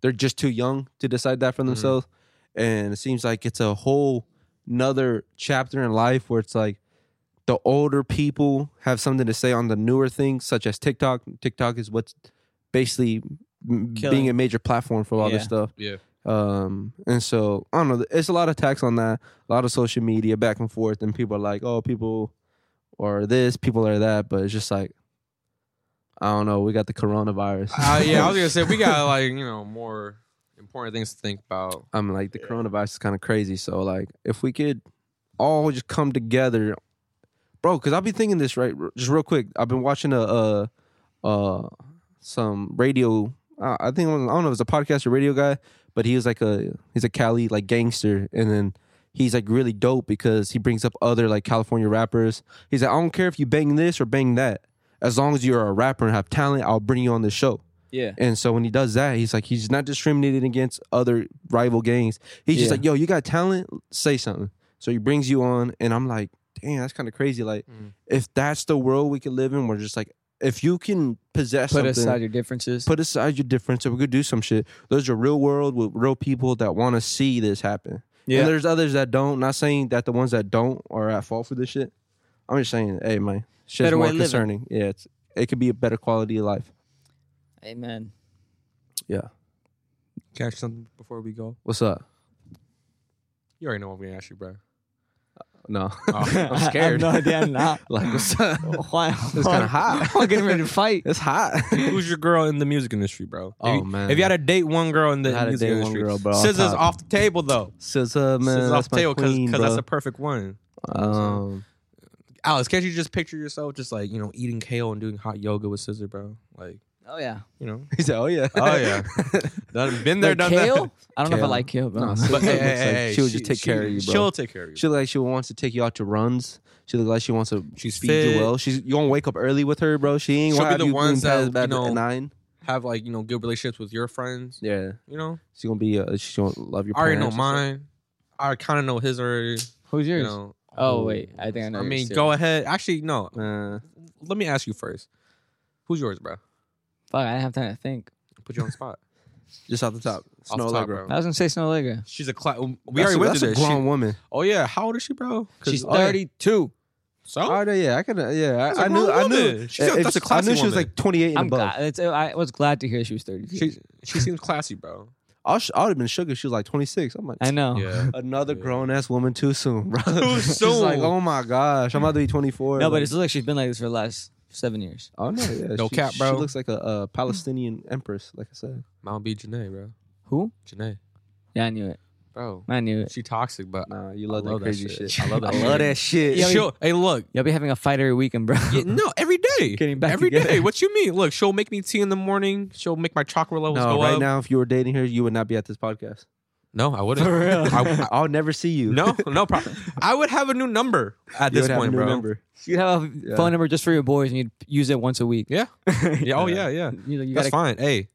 A: they're just too young to decide that for themselves, and it seems like it's a whole another chapter in life where it's like the older people have something to say on the newer things such as TikTok. TikTok is what's basically m- being
B: Killing.
A: a major platform for all this
B: Yeah.
A: stuff.
C: yeah,
A: Um, and so I don't know. It's a lot of tax on that. A lot of social media back and forth, and people are like, "Oh, people are this, people are that," but it's just like, I don't know. We got the coronavirus.
C: uh, yeah. I was gonna say we got like you know more important things to think about.
A: I'm like the coronavirus is kind of crazy. So like, if we could all just come together, bro. Because I'll be thinking this right, just real quick. I've been watching a uh uh some radio. I I think I don't know if it's a podcast or radio guy, but he was like a he's a Cali like gangster, and then he's like really dope because he brings up other like California rappers. He's like, I don't care if you bang this or bang that, as long as you're a rapper and have talent, I'll bring you on this show.
B: Yeah.
A: And so when he does that, he's like, he's not discriminated against other rival gangs. He's just
B: Yeah.
A: like, yo, you got talent, say something. So he brings you on, and I'm like, damn, that's kind of crazy. Like,
C: Mm.
A: if that's the world we could live in, we're just like, if you can possess
B: Put
A: something,
B: aside your differences.
A: put aside your difference, and we could do some shit. There's a real world with real people that want to see this happen. And there's others that don't. Not saying that the ones that don't are at fault for this shit. I'm just saying, hey, man, shit's
B: Better way
A: more
B: of living.
A: concerning. Yeah, it's, it could be a better quality of life.
B: Amen.
A: Yeah.
C: Catch something before we go.
A: What's up?
C: You already know what I'm gonna ask you, bro. Oh.
A: No.
C: I'm
B: I have
C: scared.
B: no idea. I'm not.
A: Like, what's up?
B: Why?
A: It's kinda hot.
B: I'm getting ready to fight.
A: It's hot.
C: Who's your girl in the music industry, bro?
A: Oh,
C: if you,
A: man.
C: if you had to date one girl in the
A: I had to
C: music
A: date one
C: industry,
A: girl, bro, off
C: scissors
A: top.
C: off the table though.
A: Says, uh, man,
C: scissors off
A: that's
C: the
A: my
C: table
A: queen,
C: because that's
A: bro.
C: a perfect one.
A: Um,
C: Alex, can't you just picture yourself just like you know eating kale and doing hot yoga with scissor, bro? Like
B: Oh yeah.
C: you know,
A: he said, "Oh yeah,
C: Oh, yeah. done, been there,
B: Like
C: done
B: kale?
C: that.
B: I don't know if I
A: Kale.
B: like kale,
A: No,
B: but
A: so-
C: But hey, hey,
A: Like,
C: hey,
A: she would just take care of you, bro.
C: She'll take care of you.
A: She look like she wants to take you out to runs. She look like she wants to
C: She's
A: feed
C: fit.
A: you well. She's you gonna wake up early with her, bro. She ain't
C: She'll
A: gonna
C: be
A: have
C: the
A: you
C: ones
A: clean
C: that,
A: past bed
C: you know-
A: at nine.
C: have like you know good relationships with your friends.
A: Yeah,
C: You know,
A: she's gonna be. Uh, she's gonna love your.
C: I already know
A: parents.
C: mine. I kind of know his already.
B: who's
C: You
B: yours?
C: know,
B: Oh wait, I think I know.
C: I
B: yours,
C: mean,
B: too.
C: go ahead. Actually, no.
A: Uh,
C: Let me ask you first. Who's yours, bro?
B: Fuck, I didn't have time to think.
C: Put you on the spot.
A: just off the top,
C: Off the
A: Snow
C: top,
A: Allegra.
C: bro.
B: I was gonna say Snow Allegra.
C: She's a class. We already went
A: that's
C: through
A: a
C: this.
A: grown
C: She-
A: woman.
C: oh yeah, how old is she, bro? 'Cause-
B: She's
C: oh, yeah.
B: 32.
C: So
A: Oh, no, yeah, I could. Uh, yeah,
C: That's a
A: I, I knew.
C: grown
A: I knew.
C: woman. She's a-
A: if-
C: that's
A: I
C: a classy
A: knew she was
C: woman.
A: like 28 and
B: I'm
A: above.
B: glad. It's, uh, I was glad to hear she was 32.
C: she she seems classy, bro.
A: I, sh- I would have been shook if she was like 26. I'm like,
B: I know.
A: another
C: Yeah.
A: grown ass woman too soon, bro.
C: Too
A: She's like,
C: soon.
A: oh my gosh, I'm about to be 24.
B: No, but
A: Like,
B: it's like she's been like this for the last seven years.
A: oh no, yeah,
C: No
A: she,
C: cap,
A: She
C: bro.
A: looks like a, uh Palestinian empress, like I said.
C: Mount B Janae, bro.
B: Who?
C: Janae,
B: Yeah, I knew it.
C: bro.
B: I knew it.
C: She toxic, but
A: Nah, you love,
C: I love
A: that
C: that
A: crazy
C: shit.
A: shit.
C: I love that
A: I love
C: shit.
A: that shit.
B: Yeah, I mean-
C: she'll, hey, look.
B: Y'all be having a fight every weekend, bro.
C: Yeah, no, every day.
B: Getting back
C: every day.
B: together.
C: What you mean? Look, she'll make me tea in the morning. She'll make my chakra levels
A: no,
C: go
A: right
C: up.
A: now, if you were dating her, you would not be at this podcast.
C: no, I wouldn't.
B: For real.
C: I, I-
A: I'll never see you.
C: no, no problem. I would have a new number at
A: You
C: this
A: would have a
C: point,
A: new
C: bro.
A: Number.
B: You'd have a
A: Yeah.
B: phone number just for your boys, and you'd use it once a week.
C: Yeah. Yeah. Oh yeah, yeah.
B: You, know, you
C: That's
B: gotta
C: fine. Hey,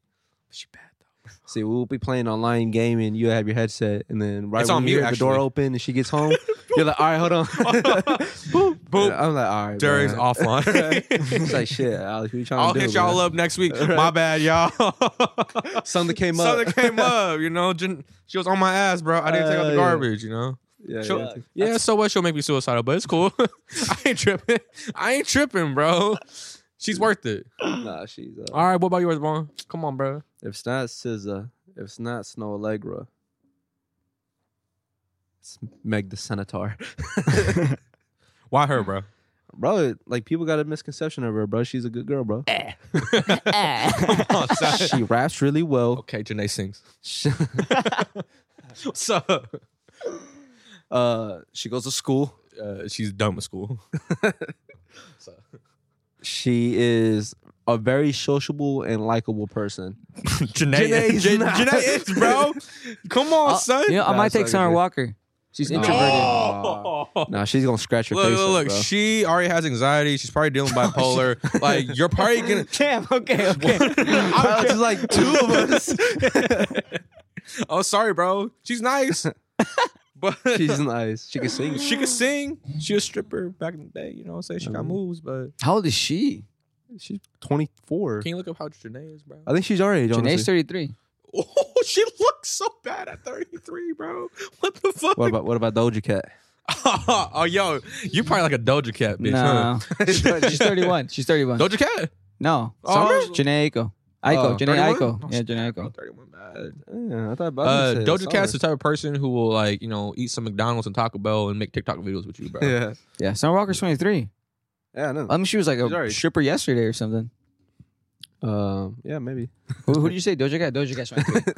C: she bad though.
A: See, we'll be playing online gaming. You have your headset, and then right
C: It's
A: when
C: on
A: you hear
C: mute,
A: the door
C: actually.
A: open and she gets home, you're like, all right, hold on. Boop.
C: Boop.
A: I'm like, all right.
C: Dury's
A: man." It's
C: offline.
A: like, shit, Alex, what you trying
C: I'll
A: to do?
C: hit y'all
A: man?
C: up next week. My bad, y'all.
A: Something came up.
C: Something came up, you know. Jan- She was on my ass, bro. I didn't take out
A: Uh,
C: the
A: yeah.
C: garbage, you know.
A: Yeah,
C: She'll-
A: yeah.
C: yeah, so what? She'll make me suicidal, but it's cool. I ain't tripping. I ain't tripping, bro. She's worth it.
A: Nah, she's. Uh,
C: All right, what about yours, bro? Come on, bro.
A: If it's not SZA, if it's not Snow Allegra, it's Meg the Centaur.
C: Why her, bro?
A: bro, like people got a misconception of her, bro. She's a good girl, bro.
C: Come on, son.
A: she raps really well.
C: okay, Janae sings.
A: She,
C: What's up?
A: uh, she goes to school.
C: Uh, she's done with school. so,
A: She is a very sociable and likable person.
C: Janae,
A: Janae's
C: Jan-
A: not.
C: Janae is, bro. Come on,
B: I'll-
C: son.
B: You know, I
A: Nah,
C: Uh,
B: might
A: it's all
B: take
A: good,
B: Summer
A: dude.
B: Walker. She's
A: No.
B: introverted.
C: Oh.
A: Nah, she's gonna scratch your
C: Look,
A: face.
C: look,
A: up,
C: look.
A: bro.
C: She already has anxiety. She's probably dealing bipolar. like you're probably gonna.
B: Damn. Okay. Okay.
A: I was like two of us.
C: Oh, sorry, bro. She's nice, but
A: She's nice. She can sing.
C: she could sing. She a stripper back in the day. You know what I'm saying? She got moves, but
B: How old is she?
A: She's 24.
C: can you look up how Janae is, bro?
A: I think she's our age.
B: Janae's
A: honestly.
B: 33.
C: Oh, she looks so bad at 33, bro. What the fuck?
A: What about what about Doja Cat?
C: oh, yo, you probably like a Doja Cat, bitch.
B: No.
C: huh?
B: She's 31. She's 31.
C: Doja Cat.
B: No.
C: Oh.
B: Summer? Janae Aiko. Aiko.
A: Oh,
B: Janae
C: 31?
B: Aiko. Yeah, Janae Aiko.
C: 31 bad.
A: Yeah, I thought about
C: Uh, Doja Cat's the type of person who will like you know eat some McDonald's and Taco Bell and make TikTok videos with you, bro.
A: Yeah,
B: Yeah. Summer Walker's 23.
A: yeah, I know.
B: I mean, she was like a
A: She's already-
B: stripper yesterday or something.
A: Um, yeah, maybe.
B: Who, who did you say? Doja Cat? Doja Cat's 23.
C: Doja,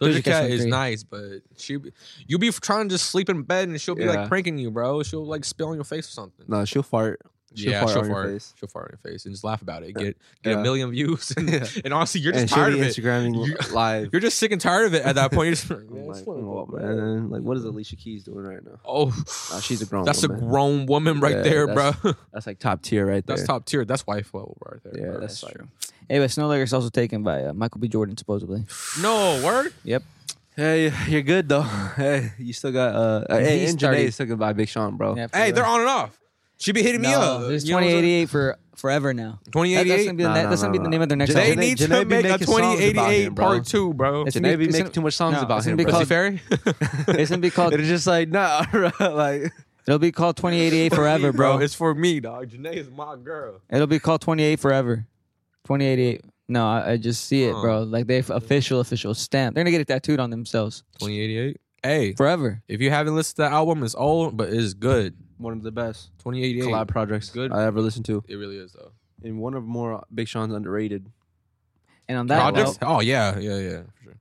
B: Doja Cat's
C: Cat
B: like
C: is
B: three.
C: nice, but she be- you be trying to just sleep in bed and she'll be
A: Yeah.
C: like pranking you, bro. She'll like spit on your face or something.
A: No, she'll fart. She'll
C: yeah,
A: fart
C: she'll
A: on your
C: fart.
A: face.
C: She'll fart on your face and just laugh about it. Get get
A: Yeah.
C: a million views, and,
A: Yeah.
C: and honestly, you're just
A: and
C: tired
A: she'll be
C: of it.
A: Instagramming
C: You-
A: live.
C: You're just sick and tired of it at that point. You're just like,
A: I'm
C: "Man, it's
A: like,
C: fun,
A: oh,
C: bro."
A: man, like what is Alicia Keys doing right now?
C: Oh,
A: Nah, she's a grown
C: That's a
A: woman.
C: grown woman right
A: Yeah,
C: there, bro.
A: that's- That's like top tier right there.
C: That's top tier. That's wife level right there.
A: Yeah,
C: bro.
A: that's like,
B: anyway, Snow Laker's also taken by uh, Michael B. Jordan, supposedly.
C: no word.
B: Yep.
A: Hey, you're good though. Hey, you still got uh. hey,
B: He's
A: and
B: 30.
A: Janae's taken by Big Sean, bro.
B: Yeah, for
C: Hey,
B: real.
C: they're on and off. She be hitting me
B: No,
C: up.
B: There's
C: You know what I'm
B: 2088 for forever now.
C: saying?
B: That- That's
C: 2088.
B: gonna be the,
A: Nah,
B: ne-
A: nah,
B: that's gonna be
A: nah,
B: the
A: nah.
B: name of their next
A: Janae-
C: They
B: album.
A: Janae
C: need to
A: be
C: make a
A: making songs about him,
C: 2088
A: bro.
C: part two, bro.
B: It's-
A: Janae be
B: it's
A: making
B: gonna-
A: too much songs
B: no,
A: about
B: it's gonna
A: him,
B: be
A: bro.
C: Pussy
B: called-
C: Fairy.
B: It's gonna be called.
A: They're just like nah, bro. Like
B: It'll be called 2088 forever, bro.
C: It's for me, dog. Janae is my girl.
B: It'll be called 28 forever. 2088. No, I, I just see it,
C: Huh.
B: bro. Like they have official, official stamp. They're gonna get it tattooed on themselves
C: 2088. Hey,
B: forever.
C: if you haven't listened to that album, it's old, but it's good.
A: one of the best
C: 2088.
A: collab projects
C: Good.
A: I ever listened to,
C: It really is though.
A: and one of more Big Sean's underrated.
B: And on that
C: Projects?
B: note,
C: Oh yeah, yeah, yeah. For sure.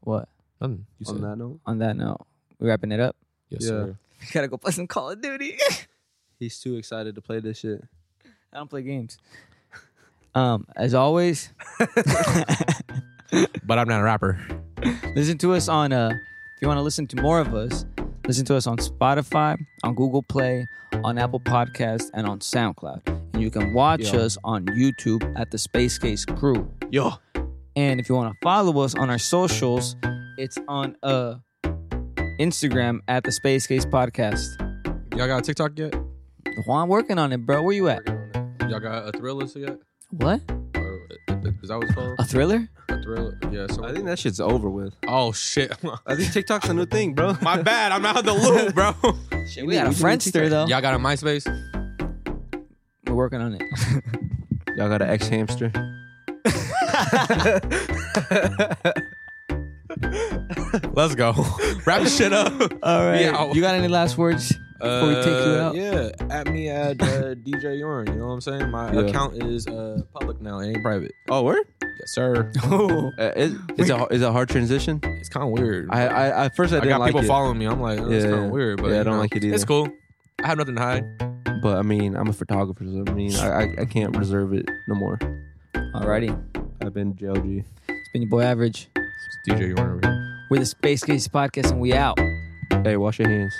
B: what?
C: Nothing. You
A: On
C: said.
A: that note,
B: On that note, we wrapping it up.
C: Yes,
A: Yeah.
C: sir.
B: We gotta go play some Call of Duty.
A: he's too excited to play this shit.
B: I don't play games. Um, as always,
C: But I'm not a rapper.
B: listen to us on uh if you want to listen to more of us listen to us on spotify on google play on apple Podcasts, and on soundcloud and you can watch
A: Yeah.
B: us on youtube at the space case crew
A: Yo,
B: and if you want to follow us on our socials it's on uh instagram at the space case podcast
C: Y'all got a TikTok yet?
B: juan working on it bro where you at
C: Y'all got a thriller yet?
B: what
C: Or uh, is that what it's called?
B: a thriller
C: A thriller? Yeah. So
A: I think that shit's over with.
C: Oh shit.
A: I think TikTok's a new thing, bro.
C: My bad. I'm out of the loop, bro.
B: Shit, we got
A: we
B: a
A: need to
B: friendster though
C: Y'all got a MySpace?
B: we're working on it
A: Y'all got an ex hamster.
C: Let's go. Wrap this shit up.
B: all right
C: Yeah.
B: you got any last words before we take you
C: Uh,
B: out
C: Yeah, at me at uh, DJ Yorn. You know what I'm saying? My
A: Yeah.
C: account is uh, public now. It ain't private.
A: Oh, where?
C: Yes, sir.
A: Uh, it, it's a is a hard transition.
C: It's kind of weird.
A: I, I at first I
C: I
A: didn't
C: got
A: like
C: people
A: it,
C: following me. I'm like, oh, that's
A: Yeah,
C: kind of weird. But
A: yeah, I
C: you
A: don't
C: know,
A: like it either.
C: It's cool. I have nothing to hide.
A: but I mean I'm a photographer, so I mean I, I, I can't reserve it no more.
B: alrighty
A: I've been JLG.
B: it's been your boy average
C: It's DJ Yorn over here.
B: We're the Space Case Podcast, and we out.
A: Hey, wash your hands.